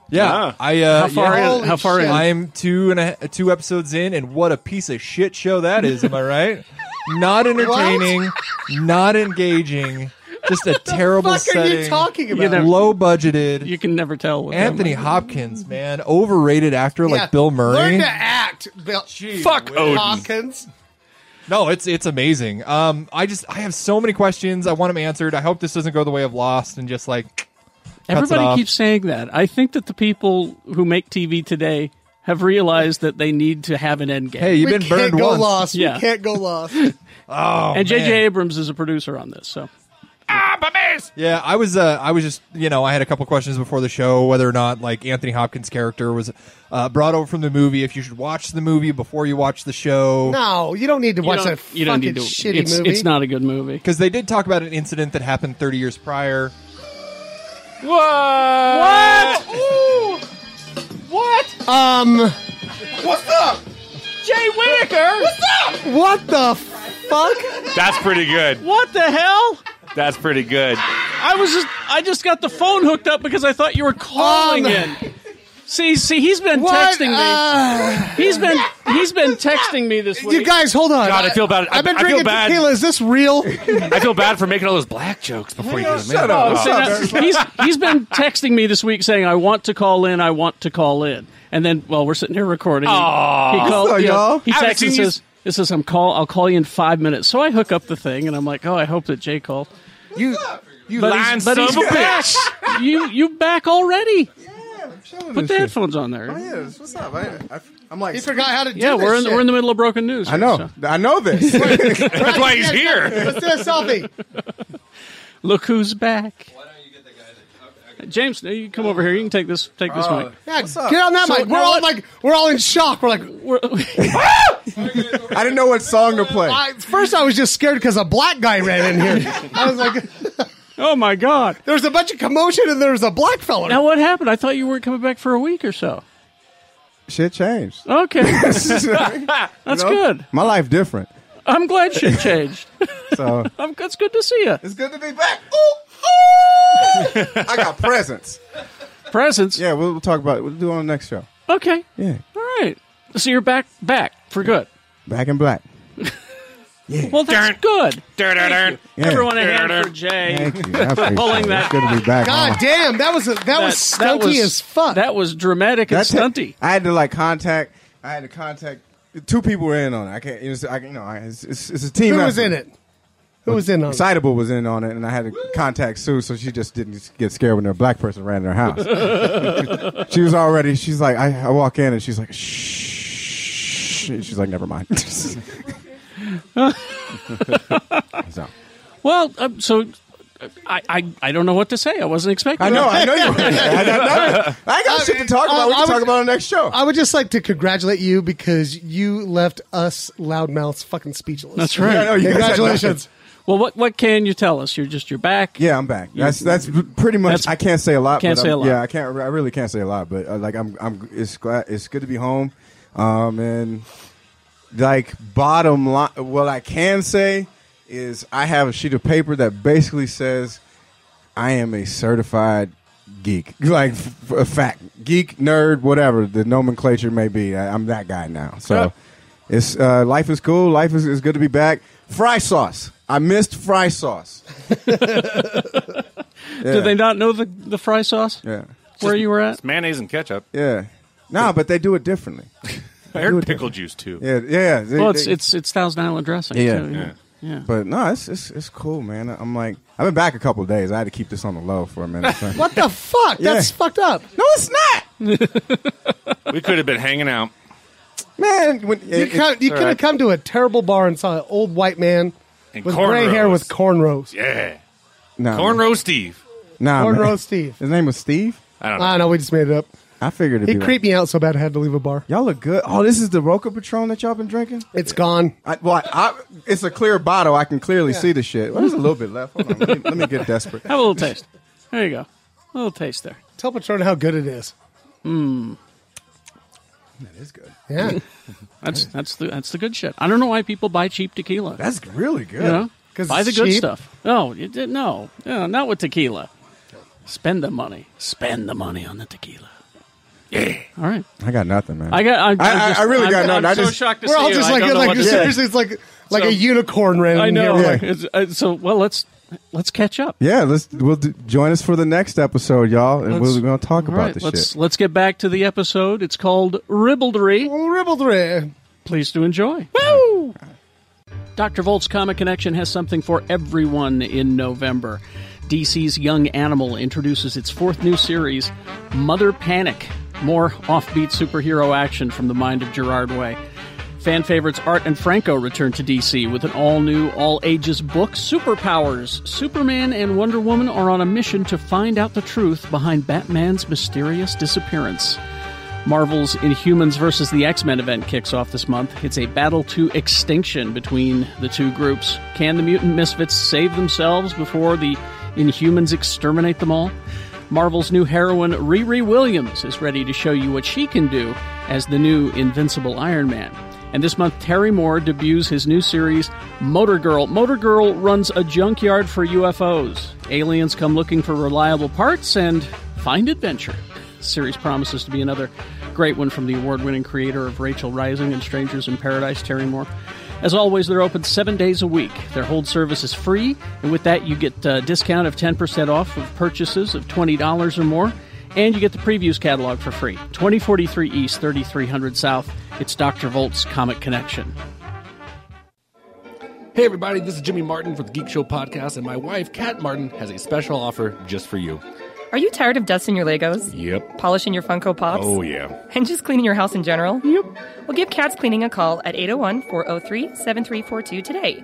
Yeah,
Ah.
I uh,
How far
yeah.
in? How far in?
I'm two and a, two episodes in, and what a piece of shit show that is. Am I right? Not entertaining, not engaging, just a terrible
fuck are you
setting.
talking about? You know-
low budgeted.
You can never tell. With him.
Anthony Hopkins, man, overrated actor
Yeah.
like Bill
Learn
Murray.
to act, Bill.
Fuck Odin.
Hopkins.
No, it's it's amazing. Um, I just I have so many questions. I want them answered. I hope this doesn't go the way of Lost and just like cuts it
Everybody
off.
keeps saying that. I think that the people who make TV today have realized that they need to have an end game.
Hey, you've
we
been
can't
burned
go
once.
lost.
Yeah.
We can't
*laughs*
go lost.
Oh,
and J.J.
man.
Abrams is a producer on this, so
Yeah, I was. Uh, I was just. You know, I had a couple questions before the show whether or not like Anthony Hopkins' character was uh, brought over from the movie. If you should watch the movie before you watch the show.
No, you don't need to
you
watch
don't-
that
you
fucking
don't need to.
shitty
it's,
movie.
it's not a good movie.
Because they did talk about an incident that happened 30 years prior.
What?
Um,
What's up?
Jay Whitaker.
What's up?
What the
*laughs*
fuck?
That's pretty good.
What the hell?
That's pretty good.
I was just I just got the phone hooked up because I thought you were calling
Um,
in. See, see, he's been
What?
texting me.
Uh,
he's been he's been texting me this week.
You guys, hold on.
God, I feel bad. I-
I've been
I feel
drinking
bad.
tequila. Is
*laughs*
this real?
I feel bad for making all those black jokes before you.
See, now, *laughs* he's, he's been texting me this week saying, I want to call in, I want to call in. And then, well, we're sitting here recording. and
Aw.
He, called,
So,
you know,
y'all.
he
Haven't
texts and
seen you-
says, it says, I'm call, I'll call you in five minutes. So I hook up the thing, and I'm like, oh, I hope that Jay called.
You,
you
but
lying
he's, but
son
he's
of a
back. you, you back already. Put
this
the
shit.
headphones on there.
Oh, yeah, what's up? I, I, I'm like,
He forgot how to do
Yeah, we're
this
in,
shit.
we're in the middle of broken news.
I know, I know this.
That's why he's here.
Let's do a
*laughs*
selfie.
Look who's back. James, you come over here. You can take this. Take this
Oh.
mic.
Yeah, get on that
So,
mic. We're
now
all
what-
like, we're all in shock. We're like,
I didn't know what song to play.
I, first I was just scared because a black guy ran in here. I was like,
*laughs* oh my god!
There was a bunch of commotion and there was a black fella.
Now what happened? I thought you weren't coming back for a week or so.
Shit *laughs* changed.
Okay, that's
You know?
good.
My life different.
I'm glad
*laughs*
shit changed.
So
I'm, it's good to see you.
*laughs* It's good to be back. *laughs* I got presents.
Presents.
Yeah, we'll, we'll talk about. it. We'll do it on the next show.
Okay.
Yeah,
All right. So you're back, back for good.
back
*laughs*
in black.
Well, that's good. Thank you.
Yeah.
Everyone a hand for Jay
Thank you. I
for
appreciate
pulling
it.
that.
It's good to be back.
God
on.
damn, that was a, that, was
That- that
stunty
was-
as fuck.
That was dramatic and
That's it.
stunty.
I had to like contact. I had to contact. Two people were in on it. I can't. It was, I, you know, I- it's, it's, it's a team.
Who was
effort.
in it? Who was in on it?
Excitable was in on it, and I had to contact Sue, so she just didn't get scared when a black person ran in
*laughs*
her house. she was already. She's like, I, I walk in, and she's like, shh. And She's like, never mind.
*laughs*
*laughs* so.
Well, um, so uh, I, I I don't know what to say. I wasn't expecting.
I know,
that.
I know you. I, I, I got shit to talk about. We
I
can
would-
talk about it on the next show.
I would just like to congratulate you because you left us loudmouths fucking speechless.
That's right.
I know, you guys had
Congratulations.
Well, what what can you tell us? You're just you're back.
Yeah, I'm back.
You-
That's that's pretty much.
That's-
I can't say a lot.
can't
but
say
I'm-
a lot.
Yeah, I can't. I really can't say a lot. But uh, like, I'm. I'm. It's glad. It's good to be home. Um, and like bottom line, what I can say is I have a sheet of paper that basically says I am a certified geek, *laughs* like f- a fact geek, nerd, whatever the nomenclature may be. I, I'm that guy now. So
Yeah.
it's uh, life is cool. Life is, is good to be back. Fry sauce. I missed fry sauce.
Do they not know the the fry sauce?
Yeah.
Where you were at?
It's mayonnaise and ketchup.
Yeah. No, but they do it differently.
I heard pickle juice too.
Yeah, yeah. They,
Well, it's
they-
it's it's Thousand Island dressing.
Yeah.
too,
Yeah.
yeah.
But no, it's, it's it's cool, man. I'm like, I've been back a couple of days. I had to keep this on the low for a minute. So.
*laughs* What the fuck? That's fucked up.
No, it's not,
We could have been hanging out.
man. When,
You,
it-
come, you could have
alright.
come to a terrible bar and saw an old white man
And
with gray hair
cornrows.
with cornrows.
Yeah.
nah, man.
Cornrow Steve.
Nah, man.
Cornrow
*laughs*
Steve.
His name was Steve.
I don't know.
I know, we just made it up.
I figured it'd
He
be like-
creeped me out so bad I had to leave a bar.
Y'all look good. Oh, this is the Roca Patron that y'all been drinking.
It's gone.
I, well, I, I, it's a clear bottle. I can clearly see the shit. Well, there's a little bit left. Hold on. Let me, let me get desperate.
Have a little taste. There you go. A little taste there.
Tell Patron how good it is.
Hmm.
That is good.
*laughs*
Yeah.
That's that's the that's the good shit. I don't know why people buy cheap tequila.
That's really good.
you know,
'Cause
buy
it's
the good
cheap.
stuff. No, you did no, no, not with tequila. Spend the money. Spend the money on the tequila. Yeah. All right.
I got nothing, man.
I got. I'm,
I-
I'm
I-
just,
I really
I'm,
got
I'm
nothing. I
so
just-
shocked to
We're
see
all
you.
just
I
like,
don't know
like
what to
just-
say.
seriously, it's like like
So-
a unicorn ran
I
in here.
know.
We're like,
It's, uh, so well, let's let's catch up.
Yeah, let's we'll do, join us for the next episode, y'all, and
Let's-
we're gonna talk
All
about
right,
this
let's
shit.
let's get back to the episode. It's called Ribaldry.
"Oh, ribaldry.
Please do enjoy. Woo! Dr. Volt's Comic Connection has something for everyone in November. DC's Young Animal introduces its fourth new series, Mother Panic. More offbeat superhero action from the mind of Gerard Way. Fan favorites Art and Franco return to DC with an all new, all ages book, Superpowers. Superman and Wonder Woman are on a mission to find out the truth behind Batman's mysterious disappearance. Marvel's Inhumans versus the X Men event kicks off this month. It's a battle to extinction between the two groups. Can the mutant misfits save themselves before the Inhumans exterminate them all? Marvel's new heroine, Riri Williams, is ready to show you what she can do as the new Invincible Iron Man. And this month, Terry Moore debuts his new series, Motor Girl. Motor Girl runs a junkyard for UFOs. Aliens come looking for reliable parts and find adventure. The series promises to be another great one from the award winning creator of Rachel Rising and Strangers in Paradise, Terry Moore. As always, they're open seven days a week. Their hold service is free, and with that, you get a discount of 10% off of purchases of $20 or more, and you get the previews catalog for free. 2043 East, 3300 South. It's Dr. Volt's Comic Connection.
Hey, everybody, this is Jimmy Martin for the Geek Show Podcast, and my wife, Kat Martin, has a special offer just for you.
Are you tired of dusting your Legos?
Yep.
Polishing your Funko Pops?
Oh, yeah.
And just cleaning your house in general? Yep. Well, give Cats Cleaning a call at 801 403 7342 today.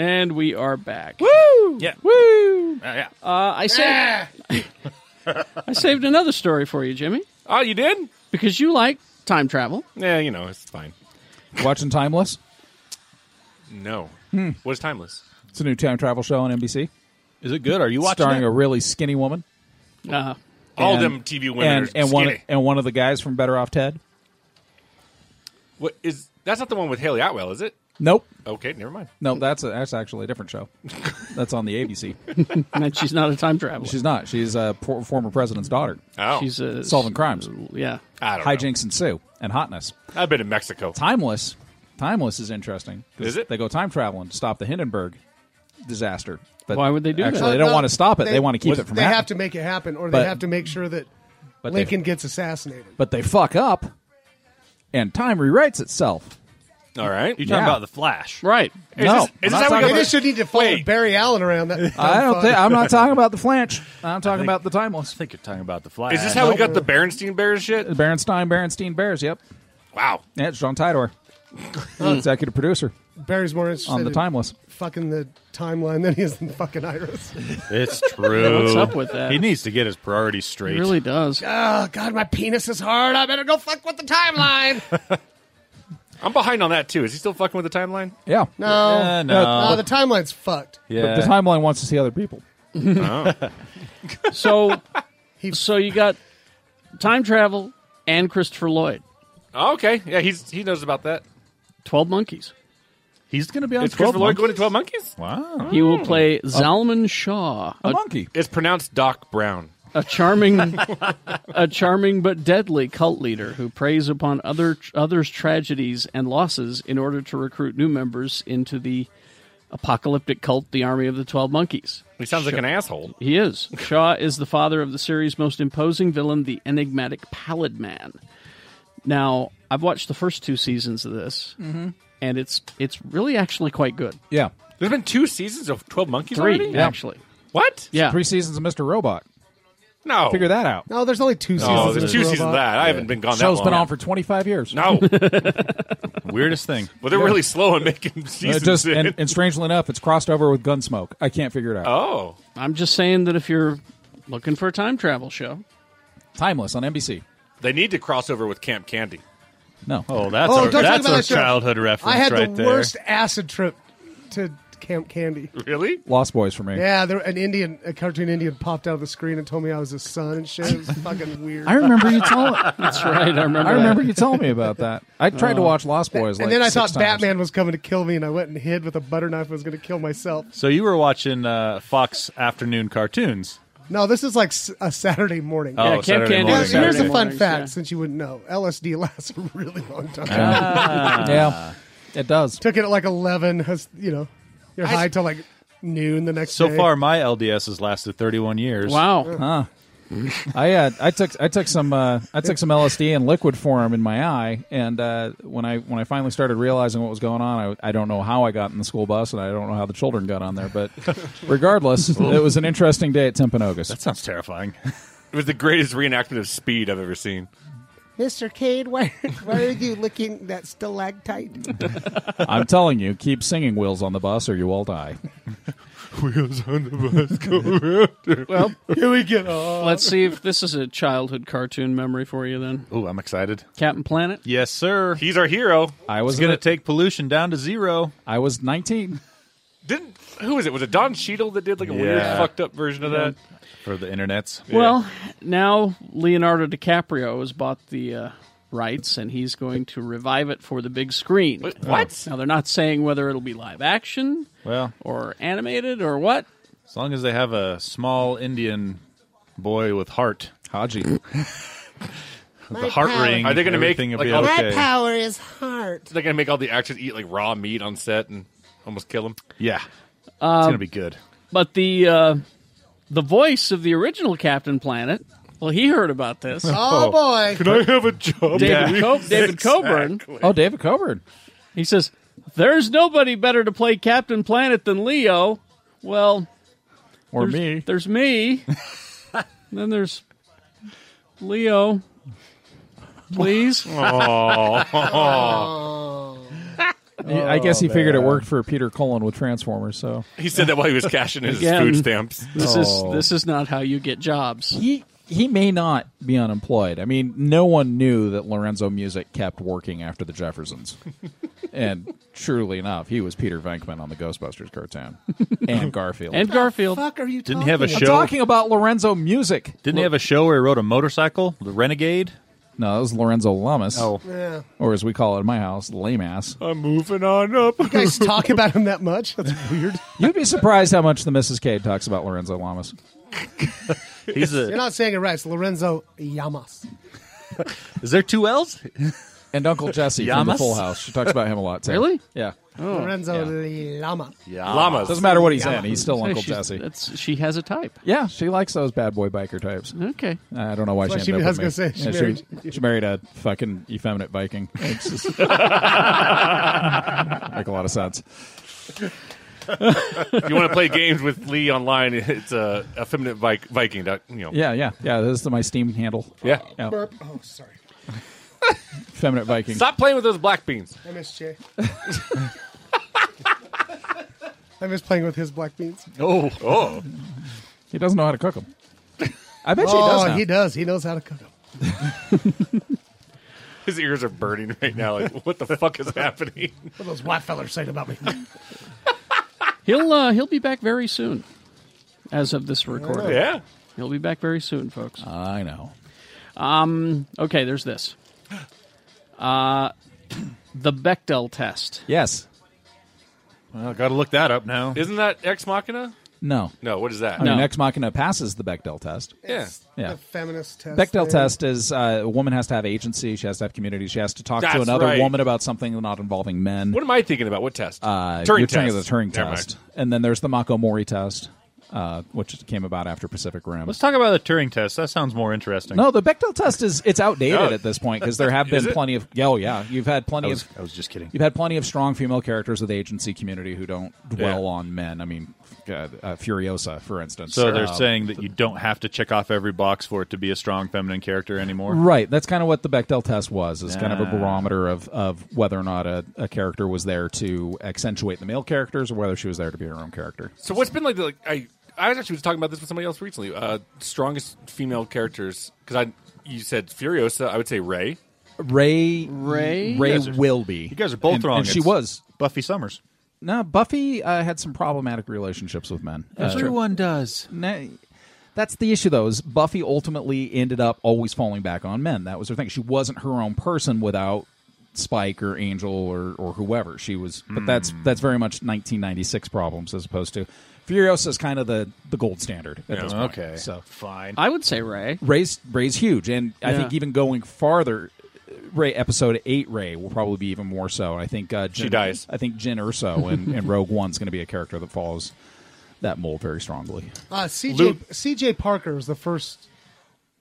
And we are back.
Woo!
Yeah.
Woo!
yeah. Uh, I saved.
Ah!
*laughs* I saved another story for you, Jimmy.
Oh, you did?
Because you like time travel.
Yeah, you know, it's fine.
Watching Timeless.
No.
Hmm.
What is timeless?
It's a new time travel show on NBC.
Is it good? Are you watching
starring
it?
a really skinny woman?
Uh,
All them TV women
and,
are
and one
skinny.
and one of the guys from Better Off Ted.
What is that's not the one with Haley Atwell, is it?
Nope.
Okay, never mind.
No, that's a, that's actually a different show. That's on the ABC.
and she's not a time traveler.
She's not. She's a por- former president's daughter.
Oh.
She's a-
solving crimes.
yeah.
I don't know.
Hijinks ensue and hotness.
I've been in Mexico.
Timeless. Timeless is interesting. 'cause
Is it?
They go time traveling to stop the Hindenburg disaster. But
Why would they do
actually,
that?
They don't
Well,
want to stop it. They, want to keep it from
They
happening.
have to make it happen, or
But-
they have to make sure that
but they-
Lincoln gets assassinated.
But they fuck up, and time rewrites itself.
All right.
You're
Yeah.
talking about the Flash,
right?
no,
They
I'm not talking about-
just should need to follow Barry Allen around that.
*laughs* I don't.
that
Think,
fuck.
I'm not talking about the flanch. I'm talking about the timeless. I
think you're talking about the Flash.
Is this how we got the Berenstein Bears shit?
Berenstein Berenstein Bears? Yep.
Wow.
Yeah, it's
*laughs*
John Tidor, executive producer
Barry's more interested
on the
in
timeless.
fucking the timeline than he is in fucking Iris.
It's true.
What's up with that?
He needs to get his priorities straight.
It really
*laughs*
does.
oh God, my penis is hard. I better go fuck with the
*laughs*
timeline.
I'm behind on that too. Is he still fucking with the timeline?
Yeah.
No,
Yeah, no.
No, Uh, the timeline's fucked.
But the timeline wants to see other people.
So, so you got time travel and Christopher Lloyd,
Oh, okay. Yeah, he's he knows about that.
Twelve Monkeys.
He's going to be on
Is
12
Christopher Lloyd
Monkeys?
going to Twelve Monkeys?
Wow.
He
Oh.
will play Zalman Shaw,
A
a,
monkey.
It's pronounced Doc Brown.
a *laughs* charming, a charming but deadly cult leader who preys upon other others' tragedies and losses in order to recruit new members into the apocalyptic cult, the Army of the Twelve Monkeys.
He sounds like an asshole.
He is. Shaw is the father of the series' most imposing villain, the enigmatic Pallid Man. Now, I've watched the first two seasons of this, and it's it's really actually quite good.
Yeah.
There's been two seasons of Twelve Monkeys
Three,
already.
actually.
What?
Yeah.
Three seasons of Mr. Robot.
No.
Figure that out.
No, there's only two seasons.
Oh,
No,
of
there's two
Robot.
seasons of that. I haven't been gone
Show's
Oh. that long.
been on for 25 years. *laughs*
No, but
Weirdest thing.
they're really slow in
*laughs*
making
It
seasons.
Uh, just,
in.
and, and strangely enough, it's crossed over with Gunsmoke. I can't figure it out.
oh,
I'm just saying that if you're looking for a time travel *laughs* show,
Timeless on NBC.
they need to cross over with Camp Candy. *laughs*
No.
Oh, that's
Oh,
our,
don't talk
that's
about
our
that show.
childhood reference
I had
right
the
there.
worst acid trip to Camp Candy.
Really?
Lost Boys for me.
Yeah, there an Indian, a cartoon Indian, popped out of the screen and told me I was his son and shit. It
*laughs*
was fucking weird.
I remember you
*laughs*
telling.
that's right. I remember.
I
that.
remember you telling me about that. I tried
Oh.
to watch Lost Boys.
and
like
then I
six
thought
times.
Batman was coming to kill me, and I went and hid with a butter knife. and was going to kill myself.
So you were watching uh, Fox afternoon cartoons.
No, this is like s- a Saturday morning.
Oh,
Yeah, Camp
Saturday
Candy.
Yeah,
morning,
Saturday
here's a fun
mornings,
fact,
yeah.
since you wouldn't know: LSD lasts a really long time.
yeah, it does.
Took it at like eleven. Has you know, you're high till like noon the next
So
day.
far, my LDS has lasted 31 years.
Wow.
Huh. I uh, I took I took some uh, I took some LSD in liquid form in my eye, and uh, when I when I finally started realizing what was going on, I, I don't know how I got in the school bus, and I don't know how the children got on there, but regardless, it was an interesting day at Timpanogos.
That sounds terrifying. *laughs*
It was the greatest reenactment of speed I've ever seen.
Mr. Cade, why, why are you licking that stalactite?
I'm telling you, keep singing "Wheels on the Bus" or you all die.
Wheels on
the bus go
Well,
here we get off.
Let's see if this is a childhood cartoon memory for you. Then.
Oh, I'm excited.
Captain Planet.
Yes, sir.
He's our hero.
I was
going to
in it.
take pollution down to zero.
I was 19.
Didn't who was it? Was it Don Cheadle that did like a weird
Yeah.
fucked up version of that?
for the internets.
Well, now Leonardo DiCaprio has bought the uh, rights, and he's going to revive it for the big screen.
what?
Now they're not saying whether it'll be live action
well,
or animated or what.
as long as they have a small Indian boy with heart, *laughs*
Haji,
the heart ring.
Are they going to make
everything will
like,
be
all the-
okay.
power is heart.
They're going to make all the actors eat like raw meat on set and almost kill them.
Yeah,
Um,
it's going to be good.
But the uh, the voice of the original Captain Planet. Well, he heard about
*laughs*
this.
Oh, boy. Can I
have a job?
David,
Yeah.
Co- David Coburn.
Oh, David Coburn.
He says, "There's nobody better to play Captain Planet than Leo." Well,
Or
there's-
me.
There's
*laughs*
me. then there's Leo. Please.
Oh. I guess he figured it worked for Peter Cullen with Transformers. So
He said that while he was cashing in his
Again,
food
*laughs*
stamps.
This
Oh.
is this is not how you get jobs.
He he may not be unemployed. I mean, no one knew that Lorenzo Music kept working after the
*laughs*
Jeffersons. and truly enough, he was Peter Venkman on the
*laughs*
Ghostbusters cartoon and Garfield.
and Garfield.
fuck are you
Didn't he have a
I'm
show?
talking about Lorenzo Music.
Didn't he have a show where he rode a motorcycle? The Renegade.
No, that was Lorenzo Lamas.
Oh.
Yeah.
Or as we call it in my house, lame ass.
Um,
I'm moving on up.
You guys talk about him that *laughs* much? That's weird.
You'd be surprised how much the Mrs. Cade talks about Lorenzo Lamas.
He's
You're
a.
not saying it right. It's Lorenzo Yamas.
Is there two L's?
And Uncle Jesse from the
Llamas?
Full House. She talks about him a lot too.
Really? Oh.
Yeah.
Lorenzo Lama.
Yeah.
Llamas.
Doesn't matter what he's
Llamas.
in. He's still
So
Uncle
she's-
Jesse.
That's, she has a type.
Yeah, she likes those bad boy biker types.
Okay.
I don't know why
That's
she
what
ended
she-
up
I was gonna say,
with me.
she
Yeah, she, was- she married a fucking effeminate Viking. It's
*laughs*
just- *laughs* make a lot of sense.
if you want to play games with Lee online, it's uh, effeminate Vik- Viking. Dot, you know.
Yeah, yeah, yeah. This is my Steam handle.
Yeah.
Burp. Oh, sorry.
Effeminate Viking.
Stop playing with those black beans.
I miss Jay. I miss playing with his black beans.
Oh. Oh.
He doesn't know how to cook them. I bet you he
oh,
does. Now.
he does. He knows how to cook them.
His ears are burning right now. Like, what the fuck is happening?
What those white fellers saying about me?
He'll uh, he'll be back very soon. As of this recording.
Yeah.
He'll be back very soon, folks.
I know.
Um okay, there's this. Uh *clears throat* the Bechdel test.
Yes.
Well, got to look that up now.
Isn't that Ex Machina?
No.
No, what is that?
I mean, Ex Machina passes the Bechdel test.
Yeah.
Yeah.
The feminist test.
Bechdel
thing.
test is uh, a woman has to have agency. She has to have community. She has to talk to
That's
another
right.
woman about something not involving men.
What am I thinking about? What test?
Uh,
Turing
you're
test.
thinking of the Turing
Never
test, and then there's the Mako Mori test, uh, which came about after Pacific Rim.
Let's talk about the Turing test. That sounds more interesting.
no, the Bechdel test is it's outdated
Yeah.
at this point because there have
*laughs* Is
been
it?
plenty of oh yeah you've had
I
plenty
was,
of
I was just kidding.
you've had plenty of strong female characters with the agency community who don't dwell
Yeah.
on men. I mean, uh, uh, Furiosa, for instance.
So they're
Um,
saying that you don't have to check off every box for it to be a strong feminine character anymore.
Right, that's kind of what the Bechdel test was. It's kind of a barometer of, of whether or not a, a character was there to accentuate the male characters, or whether she was there to be her own character.
So what's been like? The, like I I actually was talking about this with somebody else recently. Uh, strongest female characters because I you said Furiosa. I would say Ray.
Ray
Ray?
Ray
You guys are-
will be.
You guys are both
and,
wrong.
And she
It's
was.
Buffy Summers.
No, Buffy uh, had some problematic relationships with men. Uh,
does.
na- that's the issue, though. Is Buffy ultimately ended up always falling back on men? That was her thing. She wasn't her own person without Spike or Angel or, or whoever she was.
Hmm.
But that's that's very much 1996 problems as opposed to Furiosa is kind of the the gold standard at this point.
Okay.
so
Fine.
I would say Ray.
Ray's Ray's huge, and I
Yeah.
think even going farther, Ray episode eight Ray will probably be even more so. I think uh, Jin,
She dies.
I think Jin Urso and, and Rogue One's going to be a character that follows that mold very strongly.
Uh, CJ
Luke-
CJ Parker was the first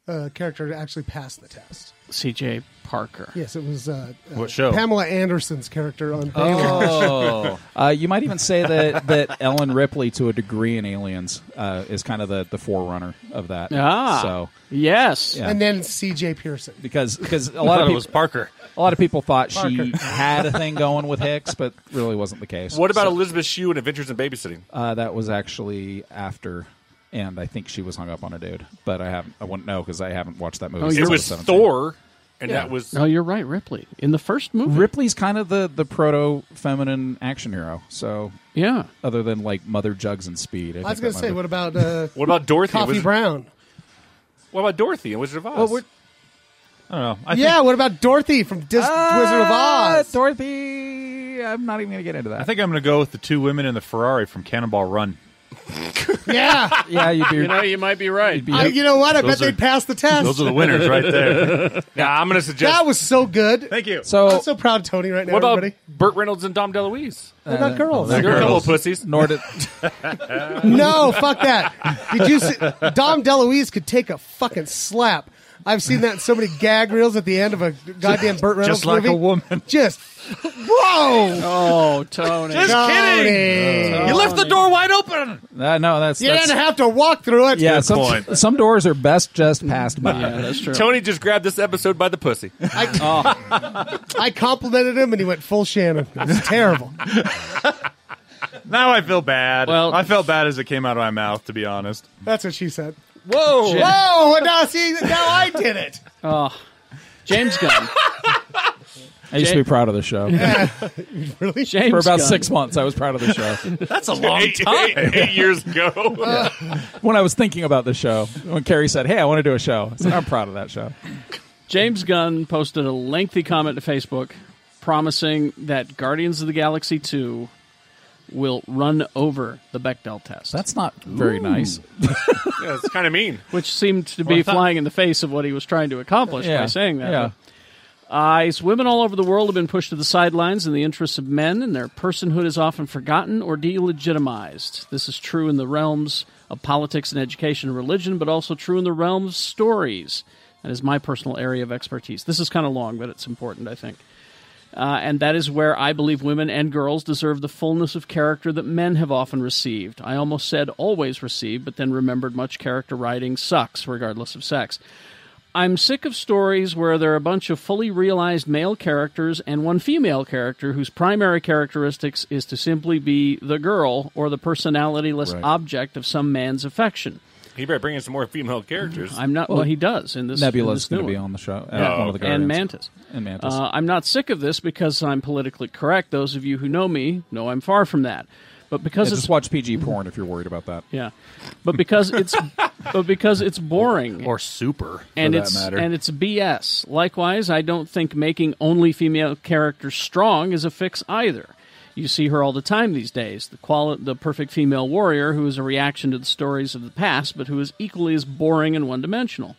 uh, character actually passed the test.
C.J. Parker.
Yes, it was uh, uh,
What show?
Pamela Anderson's character on
Oh, uh, you might even say that that Ellen Ripley, to a degree, in Aliens, uh, is kind of the, the forerunner of that.
Ah,
so
yes,
yeah.
and then C.J. Pearson. *laughs*
because because
I
a lot
thought
of
it
people,
was
Parker. A lot of people thought she
Parker.
had a thing going with Hicks, but really wasn't the case.
What about
So,
Elizabeth Shue in Adventures in Babysitting?
uh, that was actually after. And I think she was hung up on a dude, but I haven't. I wouldn't know because I haven't watched that movie.
Oh,
since
you're-
I
It was
17.
Thor, and that was
No, you're right, Ripley. In the first movie.
Ripley's kind of the the proto feminine action hero. So
yeah,
other than like Mother Jugs and Speed. I,
I was
think
going
that
to
might
say,
be-
what about uh,
What about Dorothy?
Coffee
Was-
Brown?
What about Dorothy and Wizard of Oz?
Well, we're-
I don't know.
yeah, what about Dorothy from Dis-
Ah,
Wizard of Oz?
Dorothy. I'm not even going to get into that.
I think I'm going to go with the two women in the Ferrari from Cannonball Run.
Yeah,
yeah,
*laughs*
you'd
You know, you might be right.
I, you know what? I
Those
bet
are-
they'd pass the test.
Those are the winners right
*laughs*
there.
now I'm going to
that was so good. Thank
you.
So-
I'm so proud, of Tony. Right now,
What about
everybody.
Burt Reynolds and Dom DeLuise?
They're not girls.
You're a couple of pussies.
Nor *laughs* did
no, fuck that. Did you see Dom DeLuise could take a fucking slap. I've seen that in so many gag reels at the end of a goddamn Burt Reynolds
Just like
movie.
a woman.
Just whoa.
Oh, Tony.
*laughs*
Just Tony. kidding.
Oh,
Uh,
You left the
door wide open.
Uh, no, that's
You
that's,
didn't have to walk through it.
yeah. Some, some doors are best just passed by.
Yeah, that's true.
Tony just grabbed this episode by the pussy.
*laughs* I complimented him and he went full Shannon. It was terrible.
Now I feel bad.
Well-
I felt bad as it came out of my mouth, to be honest.
That's what she said.
Whoa.
Whoa, now see now I did it.
Oh, James
*laughs*
Gunn.
I used to be proud of the show.
really?
James
For about
Gunn.
six months, I was proud of
*laughs*
the show.
That's a long time. Eight, eight years ago.
*laughs*
when I was thinking about the show, when Carrie said, "Hey, I want to do a show," I said, "I'm proud of that show."
James Gunn posted a lengthy comment to Facebook promising that Guardians of the Galaxy 2 will run over the Bechdel test.
That's not very
Ooh.
nice.
Yeah, it's kind of mean.
Which seemed to
Well,
be
I thought-
flying in the face of what he was trying to accomplish by
Yeah,
saying that.
yeah.
Uh, it's women all over the world have been pushed to the sidelines in the interests of men, and their personhood is often forgotten or delegitimized. This is true in the realms of politics and education and religion, but also true in the realm of stories. That is my personal area of expertise. This is kind of long, but it's important, I think. Uh, and that is where I believe women and girls deserve the fullness of character that men have often received. I almost said always received, but then remembered much character writing sucks, regardless of sex. I'm sick of stories where there are a bunch of fully realized male characters and one female character whose primary characteristics is to simply be the girl or the personalityless
Right.
object of some man's affection.
He better bring in some more female characters.
I'm not. Well, he does in this.
Nebula's
going
gonna be on the show, uh,
Yeah.
one of the
Oh, and
Guardians.
Mantis.
And Mantis.
Uh, I'm not sick of this because I'm politically correct. Those of you who know me know I'm far from that. But because
Yeah,
it's
just watch PG porn if you're worried about that.
yeah, but because
*laughs*
it's but because it's boring
Or super,
and it's and it's BS. Likewise, I don't think making only female characters strong is a fix either. You see her all the time these days, the quali- the perfect female warrior who is a reaction to the stories of the past, but who is equally as boring and one dimensional.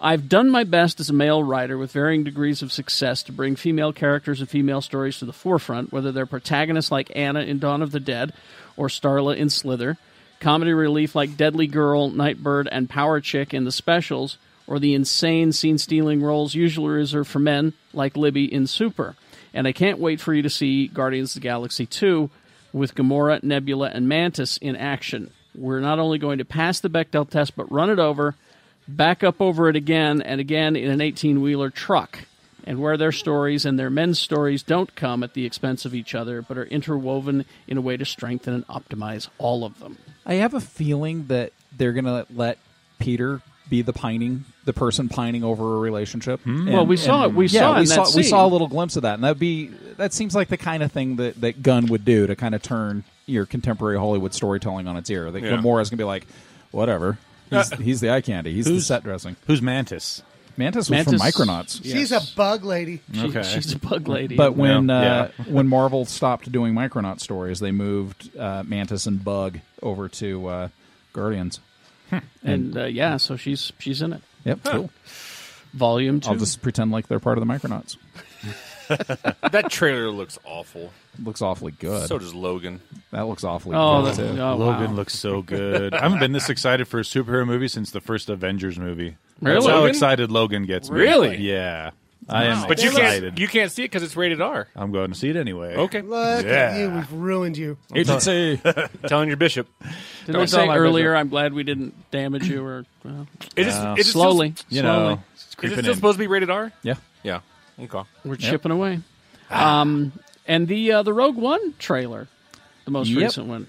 I've done my best as a male writer with varying degrees of success to bring female characters and female stories to the forefront, whether they're protagonists like Anna in Dawn of the Dead or Starla in Slither, comedy relief like Deadly Girl, Nightbird, and Power Chick in the specials, or the insane scene stealing roles usually reserved for men like Libby in Super. And I can't wait for you to see Guardians of the Galaxy 2 with Gamora, Nebula, and Mantis in action. We're not only going to pass the Bechdel test, but run it over, back up over it again and again in an 18 wheeler truck. And where their stories and their men's stories don't come at the expense of each other, but are interwoven in a way to strengthen and optimize all of them.
I have a feeling that they're gonna let Peter be the pining, the person pining over a relationship.
Hmm. Well, we saw it- we
yeah,
saw it
we
in
saw
that
we
scene.
saw a little glimpse of that, and that be that seems like the kind of thing that that Gunn would do to kind of turn your contemporary Hollywood storytelling on its ear. That
Yeah.
Gamora's gonna be like, whatever, he's,
Uh,
he's the eye candy, he's the
who's-
set dressing.
Who's Mantis?
Mantis was from Micronauts.
She's a bug lady.
Okay.
she's a bug lady.
But when
Yeah.
uh, when Marvel stopped doing Micronaut stories, they moved uh, Mantis and Bug over to uh, Guardians.
and uh, yeah, so she's she's in it.
Yep, cool.
Volume two.
I'll just pretend like they're part of the Micronauts.
that trailer looks awful.
Looks awfully good.
So does Logan.
That looks awfully
Oh,
good.
that-
too.
oh,
Logan looks so good. I haven't been this excited for a superhero movie since the first Avengers movie. That's
Really?
how
Logan?
excited Logan gets me.
Really?
Yeah. I am
But you
excited.
can't you can't see it because it's rated R.
I'm going to see it anyway.
Okay.
Look at you. We've ruined you.
Agency.
*laughs* telling your bishop.
Didn't I say earlier? I'm glad we didn't damage you or well,
It is- it is still-
slowly.
you
slowly.
know, it's Is it creeping still in. supposed to be rated R?
Yeah.
Yeah. Okay.
We're
Yep.
chipping away.
Ah.
Um, and the uh, the Rogue One trailer, the most
Yep.
recent one.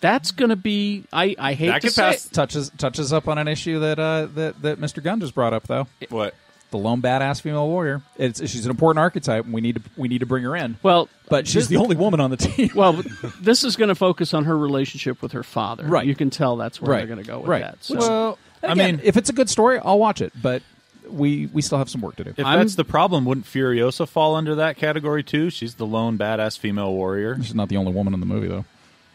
That's going to be. I I hate to say it.
touches touches up on an issue that uh, that that Mr. Gunn just brought up though.
What?
The lone badass female warrior. It's, she's an important archetype, and we need to we need to bring her in.
Well,
but she's
this-
the only woman on the team.
Well, but this is going to focus on her relationship with her father.
Right.
You can tell that's where
right.
they're going to go with
right.
that. So.
Well,
And
I
again,
mean, if it's a good story, I'll watch it. But we we still have some work to do.
If that's the problem, wouldn't Furiosa fall under that category too? She's the lone badass female warrior.
She's not the only woman in the movie though.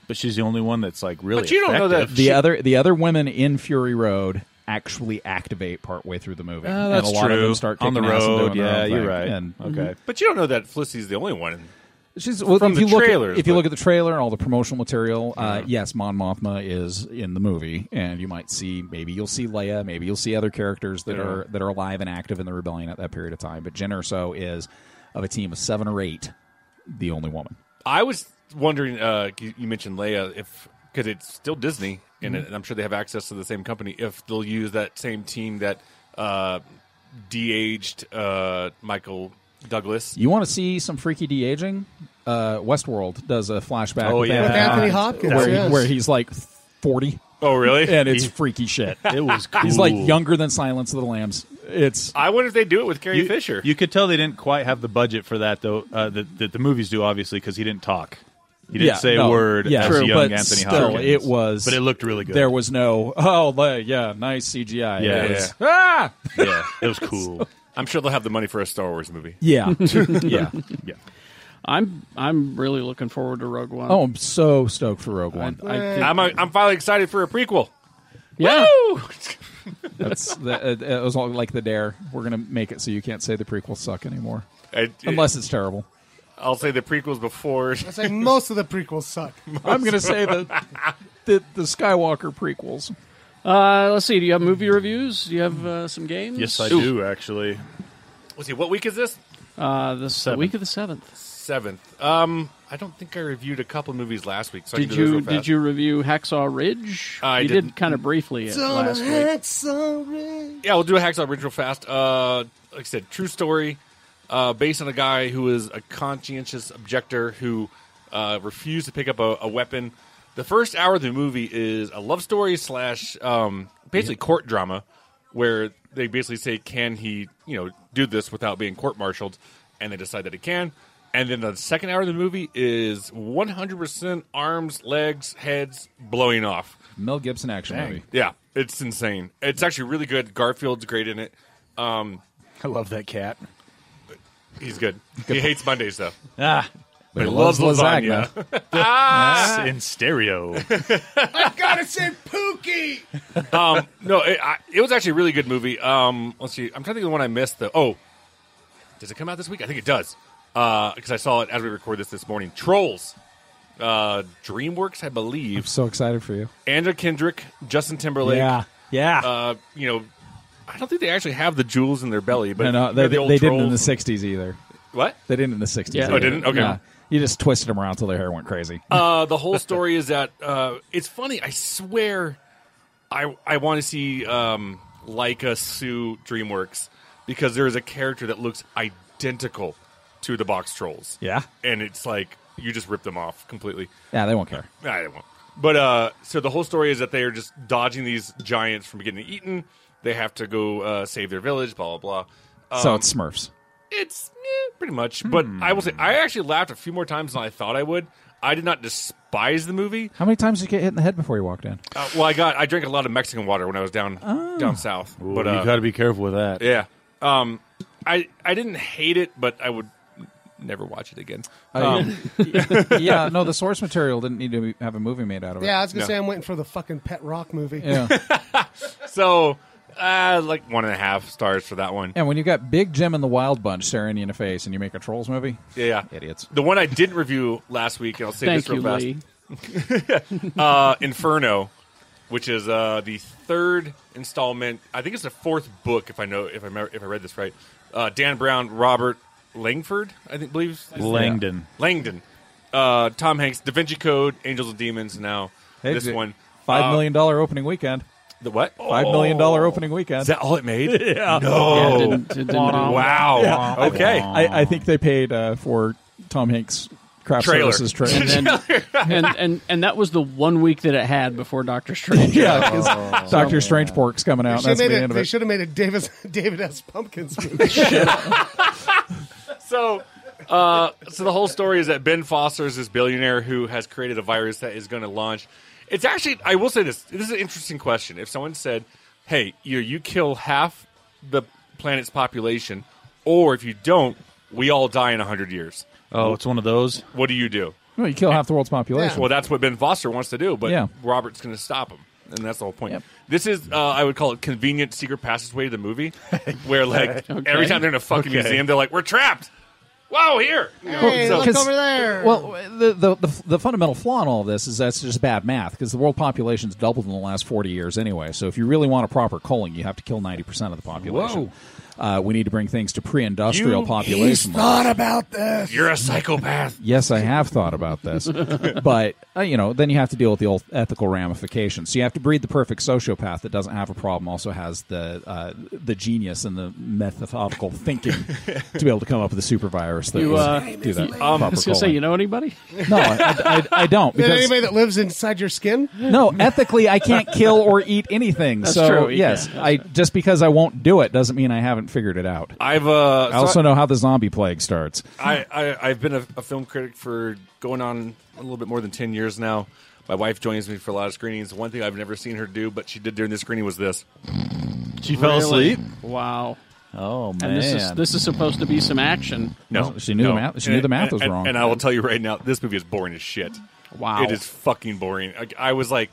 But she's the only one that's like really.
But you don't know that
effective.
the other the other women in Fury Road actually activate partway through the movie.
Uh,
And
that's
a lot Of
true.
them start
On the
kicking ass and
road,
doing their
yeah,
own
you're
thing.
right. Mm-hmm.
And,
Okay.
But you don't know that Felicity's the only one.
She's well,
from
if you
the
look
trailers.
At, if you
but-
look at the trailer and all the promotional material, uh, yes, Mon Mothma is in the movie, and you might see maybe you'll see Leia, maybe you'll see other characters that
Yeah.
are that are alive and active in the rebellion at that period of time. But Jen Erso is of a team of seven or eight, the only woman.
I was wondering. Uh, you you mentioned Leia, if because it's still Disney, and
Mhm.
it- and I'm sure they have access to the same company. If they'll use that same team that uh, de-aged uh, Michael Douglas.
You want to see some freaky de aging? Uh, Westworld does a flashback.
Oh,
with
yeah.
Anthony
With Anthony
Hopkins,
where, he-
yes.
where he's like forty.
Oh,
*laughs*
really?
And it's
He-
freaky shit.
It was
He's like
cool.
younger than Silence of the Lambs. It's
I wonder if they do it with Carrie
you,
Fisher.
You could tell they didn't quite have the budget for that, though. Uh, that, that the movies do, obviously, because he didn't talk. He didn't
Yeah,
say
no,
a word.
yeah,
as
true,
young
but
Anthony
still,
Hopkins.
it was.
but it looked really good.
There was no oh le- yeah, nice CGI. It
Yeah,
was-
yeah.
Ah!
yeah, it was cool.
*laughs*
I'm sure they'll have the money for a Star Wars movie.
Yeah. Yeah.
*laughs* yeah.
I'm I'm really looking forward to Rogue One.
Oh, I'm so stoked for Rogue One.
I think-
I'm, a, I'm finally excited for a prequel.
Yeah.
Woo!
That's that, uh, it was all like the dare. We're gonna make it so you can't say the prequels suck anymore,
I-
unless it's terrible.
I'll say the prequels before.
I say most of the prequels suck.
I'm gonna say
*laughs*
the the, the Skywalker prequels.
Uh, let's see. Do you have movie reviews? Do you have uh, some games?
Yes, I
Ooh.
do actually.
Let's see. What week is this?
Uh, this the week of the seventh.
Seventh. Um, I don't think I reviewed a couple movies last week. So I can
Did
do those
you
real fast.
did you review Hacksaw Ridge?
I
you
didn't.
did kind of briefly it
Don't
last week.
act sorry.
Yeah, we'll do a Hacksaw Ridge real fast. Uh, like I said, true story, uh, based on a guy who is a conscientious objector who uh, refused to pick up a, a weapon. The first hour of the movie is a love story slash um, basically court drama, where they basically say, "Can he, you know, do this without being court martialed?" And they decide that he can. And then the second hour of the movie is 100% arms, legs, heads blowing off.
Mel Gibson action
Dang.
movie.
Yeah, it's insane. It's actually really good. Garfield's great in it. Um,
I love that cat.
he's *laughs* good. he hates Mondays though.
Ah,
But he loves lasagna.
ah, in stereo.
I've got to say Pookie.
um, no, it, I, it was actually a really good movie. Um, let's see. I'm trying to think of the one I missed though. Oh, does it come out this week? I think it does because I saw it as we record this this morning. Trolls, uh, DreamWorks, I believe.
I'm so excited for you.
Andrew Kendrick, Justin Timberlake.
Yeah, yeah.
Uh, you know, I don't think they actually have the jewels in their belly, but
no, no,
you know,
uh, they,
the old
they didn't in
trolls.
the '60s either.
What?
They didn't in the '60s.
Yeah. Oh,
either.
didn't? Okay.
Yeah. You just twisted them around till their hair went crazy.
uh, the whole story is that uh, it's funny. I swear, I I want to see um, Leica sue DreamWorks because there is a character that looks identical to the box trolls.
Yeah.
and it's like you just ripped them off completely.
Yeah, they won't care.
I do not But uh, so the whole story is that they are just dodging these giants from getting eaten. They have to go uh, save their village. Blah blah blah.
so
Um,
it's Hmm. Smurfs.
it's eh, pretty much. But I will say, I actually laughed a few more times than I thought I would. I did not despise the movie.
How many times did you get hit in the head before you walked in?
Uh, well, I got I drank a lot of Mexican water when I was down down south. but uh,
you got to be careful with that.
yeah, um, I I didn't hate it, but I would never watch it again. Um, *laughs*
yeah, no, the source material didn't need to have a movie made out of it.
Yeah, I was gonna
No.
say I'm waiting for the fucking Pet Rock movie.
Yeah.
so uh, like one and a half stars for that one.
And when you got Big Jim and the Wild Bunch staring you in the face, and you make a Trolls movie,
Yeah, yeah.
idiots.
The one I did review last week, and I'll say
Thank
this real
you,
fast.
Lee.
uh, Inferno which is uh, the third installment. I think it's the fourth book, if I know, if I remember, if I read this right. Uh, Dan Brown, Robert Langford, I think, believes
Langdon.
Langdon, uh, Tom Hanks, Da Vinci Code, Angels and Demons. Now
Hey,
this
d-
one,
Five
Uh,
million dollar opening weekend.
The what?
Five million dollar opening weekend.
Is that all it made?
*laughs* yeah.
No. Yeah, it didn't- it didn't do Oh. Wow. well.
I-
Okay.
I, I think they paid uh, for Tom Hanks craft
Trailer.
services trailer.
And, then,
*laughs*
and, and and that was the one week that it had before Doctor
*laughs*
Strange.
yeah, 'cause
Oh.
Doctor Strange pork's coming out.
They should
That's
have
the
made,
end
it-
of
they
it.
should have made it Davis, *laughs* David S. Pumpkins movie.
so, uh, so the whole story is that Ben Foster is this billionaire who has created a virus that is going to launch. It's actually, I will say this. This is an interesting question. If someone said, "Hey, you you kill half the planet's population, or if you don't, we all die in hundred years."
Oh, it's one of those.
What do you do?
Well, you kill half the world's population.
Well, that's what Ben Foster wants to do, but
Yeah.
Robert's going to stop him, and that's the whole point.
Yep.
This is, uh, I would call it, convenient secret passageway to the movie, where like
Okay.
every time they're in a fucking
Okay.
museum, they're like, "We're trapped." Wow, here. You know, so-
there.
Well, the, the the the fundamental flaw in all of this is that's just bad math because the world population's doubled in the last forty years anyway. So if you really want a proper culling, you have to kill ninety percent of the population. Uh, we need to bring things to pre-industrial population. levels.
about this.
You're a psychopath.
Yes, I have thought about
*laughs*
this, but uh, you know, then you have to deal with the old ethical ramifications. So you have to breed the perfect sociopath that doesn't have a problem, also has the uh, the genius and the
*laughs*
methodical thinking to be able to come up with a super virus that
You,
will
uh,
do that.
um, I
proper
was going to say,
culling.
you know anybody?
no, I, I, I don't
Is there
because
anybody that lives inside your skin?
no, ethically I can't kill or eat anything.
That's
so
true, you
yes,
can't.
I just because I won't do it doesn't mean I haven't figured it out.
I've uh,
I also know how the zombie plague starts.
I, I I've been a, a film critic for going on a little bit more than ten years now. My wife joins me for a lot of screenings. One thing I've never seen her do, but she did during this screening, was this.
She fell asleep.
Wow.
Oh
And this is this is supposed to be some action.
No, no. And- and- and- And I will tell you right now, this movie is boring as shit.
Wow.
it is fucking boring. Like, I was like,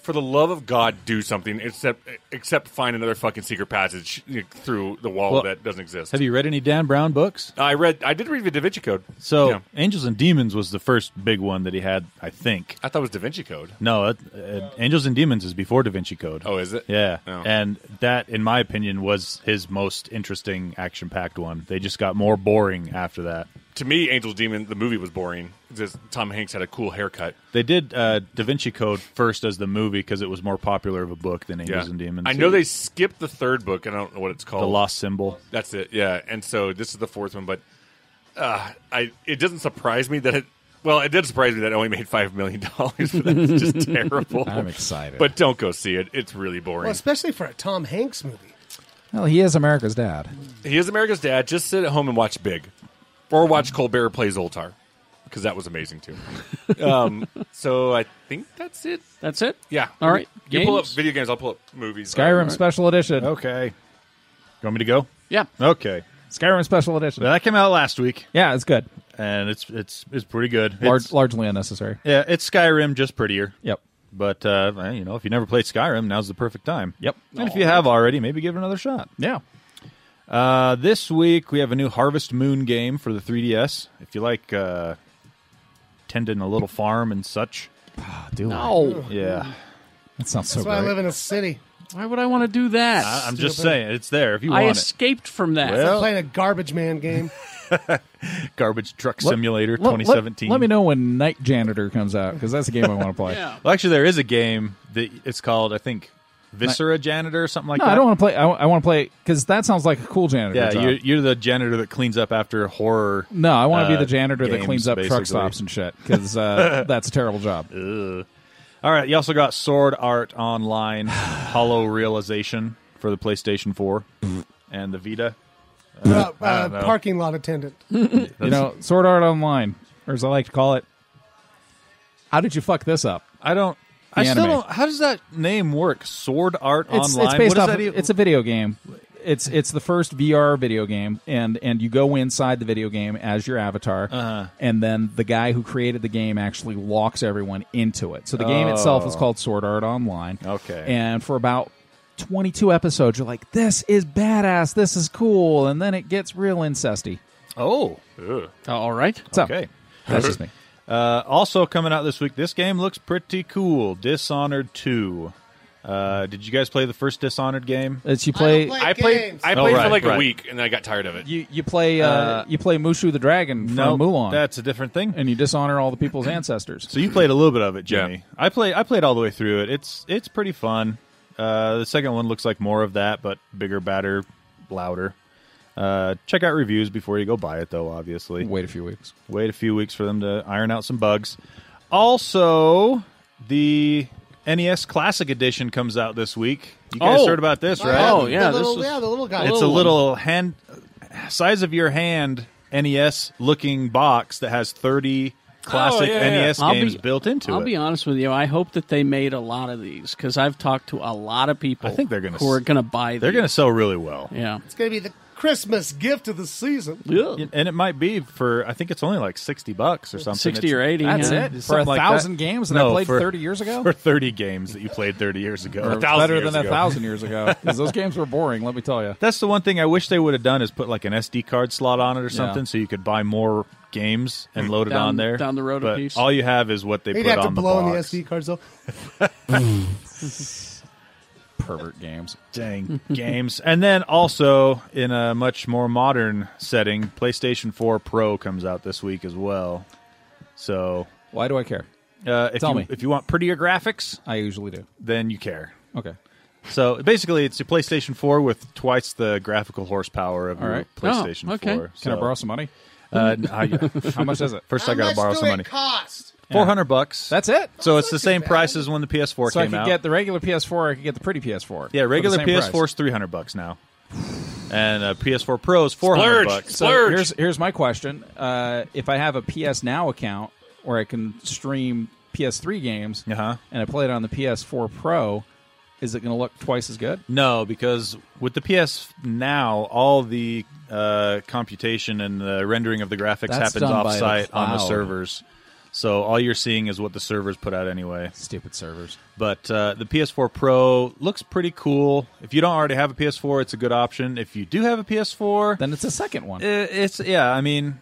for the love of God, do something except except find another fucking secret passage you know, through the wall
Well,
that doesn't exist.
Have you read any Dan Brown books?
I read. I did read the Da Vinci Code.
So,
Yeah.
Angels and Demons was the first big one that he had, I think.
I thought it was Da Vinci Code.
No, it, uh, Angels and Demons is before Da Vinci Code.
Oh, is it?
Yeah.
Oh.
And that, in my opinion, was his most interesting action packed one. They just got more boring after that.
To me, Angel Demon, the movie was boring. Just Tom Hanks had a cool haircut.
They did uh, Da Vinci Code first as the movie because it was more popular of a book than Angels
Yeah.
and Demons.
I know they skipped the third book, and I don't know what it's called.
The Lost Symbol.
That's it. Yeah, and so this is the fourth one, but uh, I it doesn't surprise me that it. Well, it did surprise me that it only made five million *laughs* dollars. But that's just
*laughs*
terrible.
I'm excited.
but don't go see it. It's really boring.
Well, especially for a Tom Hanks movie.
Well, he is America's dad.
he is America's dad. Just sit at home and watch Big, or watch Colbert play Zoltar, because that was amazing
*laughs*
too. um, so I think that's it.
That's it.
Yeah.
All right.
You pull up
Games?
video games. I'll pull up movies.
Skyrim Special Edition.
Okay. You want me to go?
Yeah.
Okay.
Skyrim Special Edition.
That came out last week.
Yeah, it's good.
And it's it's it's pretty good.
Large,
It's-
largely unnecessary.
Yeah, it's Skyrim, just prettier.
Yep.
But uh, eh, you know, if you never played Skyrim, now's the perfect time.
Yep.
And if you have already, maybe give it another shot.
Yeah.
Uh, this week we have a new Harvest Moon game for the 3DS. If you like uh, tending a little farm and such.
Do
No.
Yeah,
that sounds so
That's why I
great.
live in a city.
Why would I want to do that?
I, am just saying it's there if you
I
want
escaped from that.
I'm
Well-
playing a garbage man game.
it. Garbage Truck
Let-
Simulator
let- let-
2017.
Let, me know when Night Janitor comes out because that's a game I want
*laughs*
to play.
Yeah.
Well, actually, there is a game that it's called I think Viscera Janitor or something like
no,
that.
I don't want to play. I, want to play because that sounds like a cool janitor.
Yeah,
job.
you're, you're the janitor that cleans up after horror.
No, I want to
uh,
be the janitor that
games,
cleans up
basically.
truck stops and shit because
*laughs*
uh, that's a terrible job.
All right, you also got Sword Art Online *sighs* Hollow Realization for the PlayStation 4 and the Vita.
Uh,
I don't
uh,
know.
parking lot attendant.
You know, Sword Art Online, or as I like to call it, how did you fuck this up?
I don't. I
The
still
anime.
don't. How does that name work? Sword Art
It's,
Online.
it's based
What is
off.
that
of-
even-
it's a video game. It's it's the first VR video game, and and you go inside the video game as your avatar,
Uh-huh.
and then the guy who created the game actually locks everyone into it. So the game itself is
Oh.
called Sword Art Online.
Okay.
and for about. 22 episodes you're like this is badass this is cool and then it gets real incesty
oh,
Uh, all right.
so
okay.
that's just me
Uh, also coming out this week, this game looks pretty cool. Dishonored 2. Uh, did you guys play the first Dishonored game?
It's you play.
I played. I
Oh,
played for
right,
like a
right.
week, and then I got tired of it.
You you play uh,
Uh,
you play Mushu the dragon from
Nope,
Mulan.
That's a different thing.
And you dishonor all the
*clears throat*
people's ancestors.
So you played a little bit of it, Jimmy. I play. I played all the way through it. It's it's pretty fun. Uh, the second one looks like more of that, but bigger, badder, louder. Uh, check out reviews before you go buy it, though. Obviously,
wait a few weeks.
Wait a few weeks for them to iron out some bugs. Also, the NES Classic Edition comes out this week. You guys
Oh.
heard about this,
Oh,
right?
yeah, Oh, yeah, the this little- was- yeah, the little guy.
It's
Little
a
one.
little hand size of your hand NES looking box that has thirty classic
Oh, yeah, yeah.
NES
I'll
games
be-
built into
I'll
it.
be honest with you. I hope that they made a lot of these because I've talked to a lot of people. I think they're going to who are going to buy.
They're
these.
going to sell really well.
Yeah.
It's going to be the Christmas gift of the season.
And it might be for I think it's only like sixty bucks or something.
60
It's-
or 80,
That's
yeah.
it
For
Something
a
like
thousand games that I played 30 years ago?
*laughs* For thirty games that you played thirty years ago,
Or
A thousand
better
years
than a
ago.
thousand years
*laughs*
ago, 'cause those games were boring. Let me tell you.
That's the one thing I wish they would have done is put like an SD card slot on it or
Yeah.
something, so you could buy more games and load it
Down-
on there.
down the road a
but
piece.
all you have is what they
They'd
put
have
on
to
the
blow
box.
in the SD cards though.
Pervert games. *laughs*
Dang games. And then also in a much more modern setting, PlayStation 4 Pro comes out this week as well. So
why do I care?
Uh, if
Tell
you,
me.
if you want prettier graphics,
I usually do.
Then you care.
Okay.
So basically, it's a PlayStation 4 with twice the graphical horsepower of
All
your
right.
PlayStation
Oh, okay.
4.
Can I borrow some money?
Uh, n- *laughs* I-
How much
*laughs*
is it?
First,
How
I got
much
to borrow
do
some
it
money.
cost?
Four hundred bucks.
That's it.
So it's the same price as when the PS4
so I
came
could
out.
get the regular PS4. I could get the pretty PS4.
yeah,
for the
regular
same price.
PS4 is three hundred bucks now, and uh, PS4 Pro is four hundred bucks.
So here's here's my question: uh, If I have a PS Now account where I can stream PS3 games
Uh-huh.
and I play it on the PS4 Pro, is it going to look twice as good?
No, because with the PS now, all the uh, computation and the rendering of the graphics
That's
happens
done by the
offsite on the
cloud.
servers. So all you're seeing is what the servers put out anyway.
Stupid servers.
But uh, the PS4 Pro looks pretty cool. If you don't already have a PS4, it's a good option. If you do have a PS4,
then it's a second one.
It's yeah. I mean,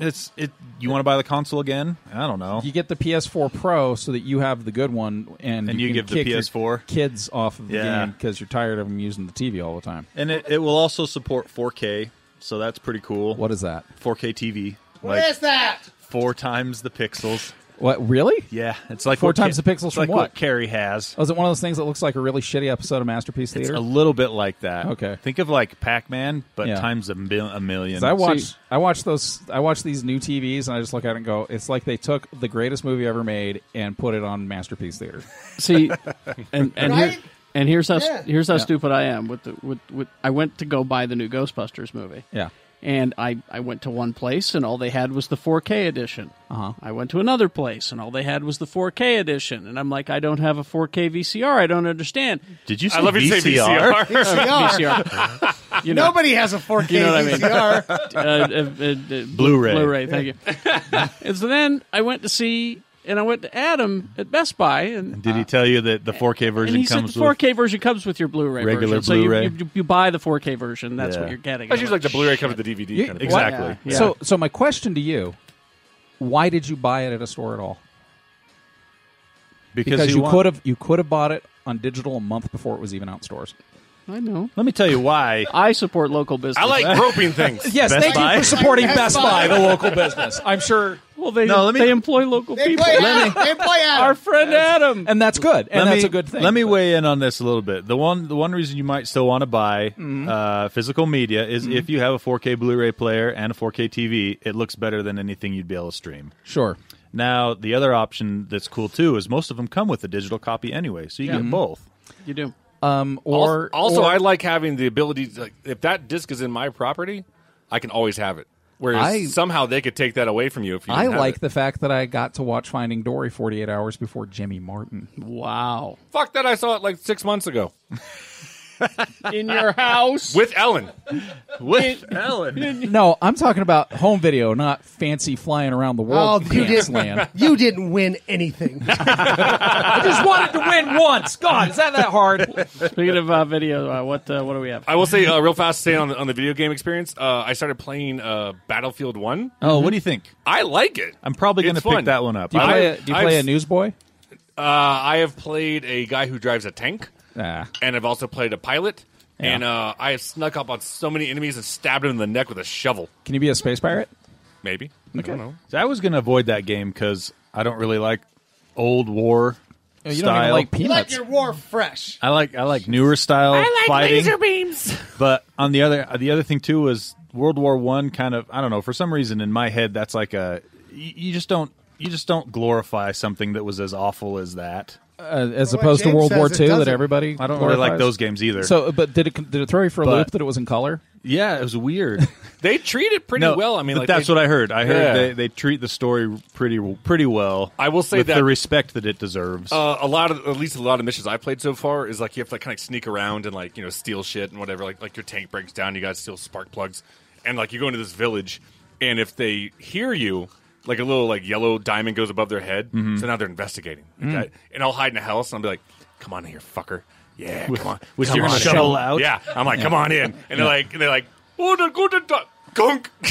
it's it. You want to buy the console again? I don't know.
You get the PS4 Pro so that you have the good one, and,
And you
can
give the
kick your
PS4?
kids off of the
Yeah.
game because you're tired of them using the TV all the time.
And it, it will also support 4K, so that's pretty cool. What
is that?
4K TV.
What is that?
Four times the pixels.
What really?
Yeah, it's like
four
what
times
Ca-
the pixels
it's
from
like
what?
Carrie has.
Oh, is it one of those things that looks like a really shitty episode of Masterpiece
It's
Theater?
a little bit like that.
Okay.
Think of like Pac-Man, but
Yeah.
times a, mil- a million.
'Cause I watch I watch those I watch these new TVs and I just look at it and go, it's like they took the greatest movie ever made and put it on Masterpiece Theater.
*laughs*
See, and and here, and here's how
Yeah.
here's how
Yeah.
stupid I am with the with, with I went to go buy the new Ghostbusters movie.
Yeah.
And I, I went to one place and all they had was the 4K edition. Uh-huh. I went to another place and all they had was the 4K edition. And I'm like, I don't have a 4K VCR. I don't understand.
Did you I say love you
*laughs*
say VCR?
VCR.
Uh, VCR.
Nobody has a 4K
you know what I mean?
VCR.
Uh, uh, uh, uh,
Blu-ray.
Blu-ray.
*laughs*
Thank you. and so then I went to see, and I went to Adam at Best Buy, and
Did he tell you that the 4K
and
version
he said
comes
the 4K version comes with your Blu-ray
Regular
version.
Blu-ray.
So you, you, you buy the 4K version. That's
Yeah.
what you're getting.
That's
I'm
usually like the Blu-ray comes with the DVD.
You-
kind of
what-
thing.
Yeah.
So so my question to you, why did you buy it at a store at all?
Because you
you,
want-
could have you could have bought it on digital a month before it was even out in stores.
I know.
Let me tell you why
I support local business.
I
*laughs*
like groping things.
yes,
Best
thank
Buy?
you for supporting
Best
Best,
Buy.
Buy, the local business. I'm sure.
Well, they
No, let me-
they employ local people. Our friend Adam,
and that's good, *laughs* and
Let
that's
me-
a good thing.
Let me weigh in on this a little bit. The one the one reason you might still want to buy
Mm-hmm.
uh, physical media is if you have a 4K Blu-ray player and a 4K TV, it looks better than anything you'd be able to stream.
Sure.
Now, the other option that's cool too is most of them come with a digital copy anyway, so you
Yeah.
Mm-hmm.
get both.
you do.
Um, or
also,
or-
I like having the ability. To, like, if that disc is in my property, I can always have it. Whereas
I-
somehow they could take that away from you if you.
I
didn't have
like
it.
the fact that I got to watch Finding Dory 48 hours before Jimmy Martin.
Wow.
Fuck that! I saw it like six months ago
*laughs* in your house
with Ellen.
With Ellen,
No, I'm talking about home video, not fancy flying around the
Oh,
world.
you
pants
didn't.
*laughs* land.
You didn't win *laughs* anything.
*laughs* I just wanted to win once. God, is that that hard?
Speaking of uh, video, uh, what uh, what do we have?
I will say uh, real fast, saying on the, on the video game experience, uh, I started playing uh, Battlefield One.
Oh, what do you think?
I like it.
I'm probably going to
It's fun.
pick that one up.
Do Mm-hmm. you
I-
play, a, do you play
I've-
a newsboy?
Uh, Uh, I have played a guy who drives a tank,
Ah.
and I've also played a pilot.
Yeah.
And uh, I have snuck up on so many enemies and stabbed him in the neck with a shovel.
Can you be a space pirate?
Maybe. I don't know.
So I was going to avoid that game because I don't really like old war
Oh,
style.
you don't even like
You like your war fresh.
I like I like newer style fighting.
beams.
But on the other the other thing too was World War One kind of I don't know for some reason in my head that's like a you, you just don't you just don't glorify something that was as awful as that.
Uh, as opposed to World War II that everybody.
I don't really like
glorifies?
those games either.
So, but did it did it throw you for a
But-
loop that it was in color?
yeah, it was weird.
They treat it pretty
No,
well. I mean,
but
like
that's
they-
what I heard. I heard
Yeah.
they, they treat the story pretty pretty well.
I will say
with
that-
the respect that it deserves.
Uh, a lot of at least a lot of missions I've played so far is like you have to like, kind of sneak around and like you know steal shit and whatever. Like like your tank breaks down, you got to steal spark plugs, and like you go into this village, and if they hear you, like a little like yellow diamond goes above their head,
Mhm.
so now they're investigating.
Mm.
Okay? And I'll hide in a house and I'll be like, "Come on in here, fucker! Yeah,
With-
come on,
*laughs* with
Come
your
on in."
shovel out?
Yeah, I'm like,
Yeah.
come on in, and
Yeah.
they're like, and they're like, oh, the good, the
*laughs*
gunk. *laughs*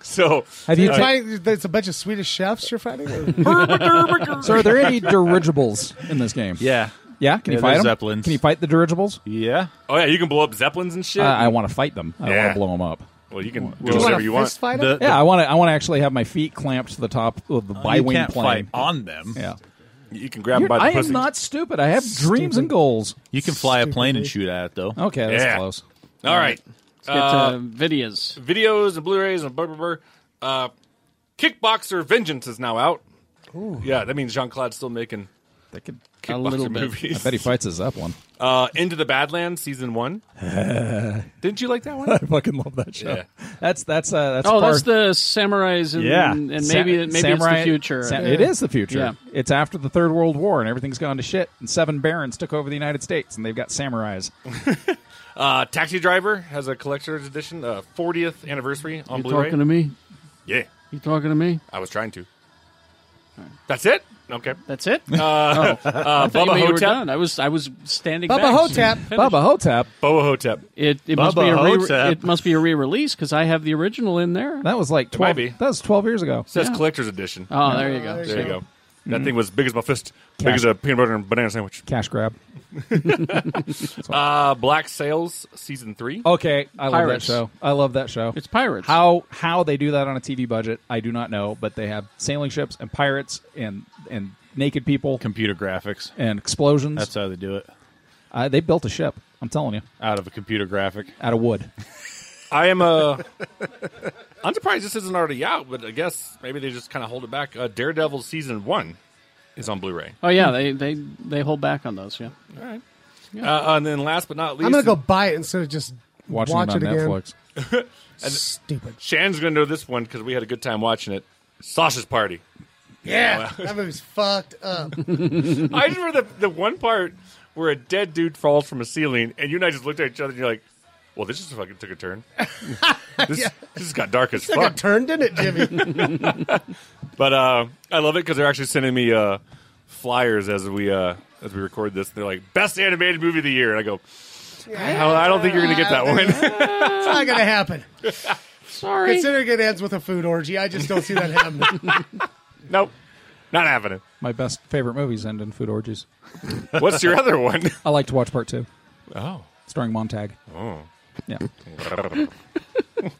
so
Have you
uh,
fighting, it's a bunch of Swedish chefs you're fighting.
so, are there any dirigibles in this game?
Yeah.
yeah. Can
Yeah,
you fight
there's
them?
zeppelins.
Can you fight the dirigibles? Uh,
Yeah.
Oh yeah, you can blow up zeppelins and shit.
Uh,
I, I want to fight them. I don't
Yeah.
want to blow them up.
Well, you can do
you
whatever
wanna
you want.
fist yeah, I want to. I want to actually have my feet clamped to the top of the
Oh, you
bi-wing
can't
plane
fight on them.
Yeah,
you can grab
You're-
them by the
I
pussy.
am not stupid. I have dreams and goals.
You can fly a plane and shoot at it though.
Okay, that's Yeah. close.
All right.
Let's get
Uh,
to videos.
videos and Blu-rays and blah blah blah. Uh, Kickboxer Vengeance is now out. Yeah, that means Jean Claude's still making
they could
kickboxer movies.
I bet he fights his up one.
Uh, Into the Badlands season one. Didn't you like that one?
*laughs* I fucking love that show.
Yeah.
That's that's uh, that's
oh,
far-
that's the samurais, and, and maybe
Sa-
it- maybe it's
samurai-
the future.
sa- It is the future.
Yeah.
It's after the Third World War and everything's gone to shit. And seven barons took over the United States and they've got samurais.
Uh, Taxi Driver has a collector's edition, uh, 40th anniversary on
You
Blu-ray.
talking to me?
Yeah,
You talking to me?
I was trying to. That's it. Okay,
that's it.
*laughs* Uh,
oh.
uh,
I thought
Bubba
maybe you were
Hotep.
done. I was I was standing.
Bubba
back so you
Hotep.
finished.
Bubba Hotep.
Bubba Hotep.
It it must be a re- it must be a re-release because I have the original in there.
That was like
It might
twelve.
be.
That was twelve years ago.
It says collector's edition.
Oh, there you go.
There you go. That
Mhm.
Mm-hmm.
thing was big as my fist, big
Cash-
as a peanut butter and banana sandwich.
Cash grab.
Uh, Black Sails season three.
Oh.
Okay, I love that show. I love that show. It's
pirates.
How how they do that on a TV budget, I do not know, but they have sailing ships and pirates and and naked people,
computer graphics,
and explosions.
That's how they do it.
Uh, they built a ship. I'm telling you,
Out of a computer graphic.
out of wood.
I am
*laughs*
a. I'm surprised this isn't already out, but I guess maybe they just kind of hold it back. Uh, Daredevil season one is on Blu-ray.
Oh yeah, they they they hold back on those. Yeah.
All right. Uh, and then last but not least,
I'm gonna go buy it instead of just
Watching
watch
it
it
on
again.
Netflix.
Stupid.
Shan's going to know this one because we had a good time watching it. Sasha's
*laughs*
Party.
Yeah, that movie's fucked
*laughs*
up.
I just remember the, the one part where a dead dude falls from a ceiling, and you and I just looked at each other, and you're like, "Well, this just fucking took a
*laughs*
turn. this, this got dark as
It's like a
fuck."
turn, didn't it,
*laughs*
Jimmy?
But uh, I love it because they're actually sending me uh, flyers as we uh, as we record this. They're like, "Best animated movie of the year," and I go, "I I don't think you're going to get that one." *laughs*
it's not gonna happen.
Sorry.
Considering it ends with a food orgy, I just don't see
*laughs*
that happening.
nope, not happening.
My best favorite movies end in food orgies.
What's your other one?
I like to watch part two.
Oh.
Starring Montag.
Oh.
Yeah.
All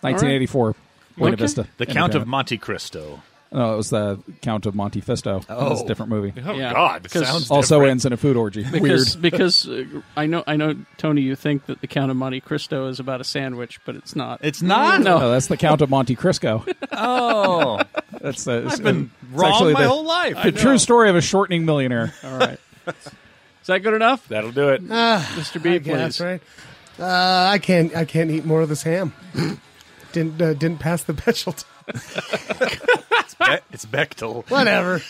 1984. Buena
Okay.
Vista.
The Count of
Entertainment.
Monte Cristo.
No, it was the Count of Monte Fisto.
Oh.
It was a different movie.
Oh, Yeah. God,
because- sounds
also
different.
ends in a food orgy.
Because
Weird.
because uh, I know I know Tony, you think that the Count of Monte Cristo is about a sandwich, but it's not. It's
*laughs*
No.
No.
that's the Count of Monte Cristo.
Oh.
that's uh, it's-
been
it's
wrong
actually
my
the-
whole life. I
The
know.
true story of a shortening millionaire.
All right. Is that good enough?
That'll do it.
Mr. B,
I guess,
please.
right? Uh, I can't. I can't eat more of
*gasps*
this ham. didn't uh, didn't pass
*laughs*
the *laughs* Bechdel.
it's, Be- it's Bechtel.
Whatever.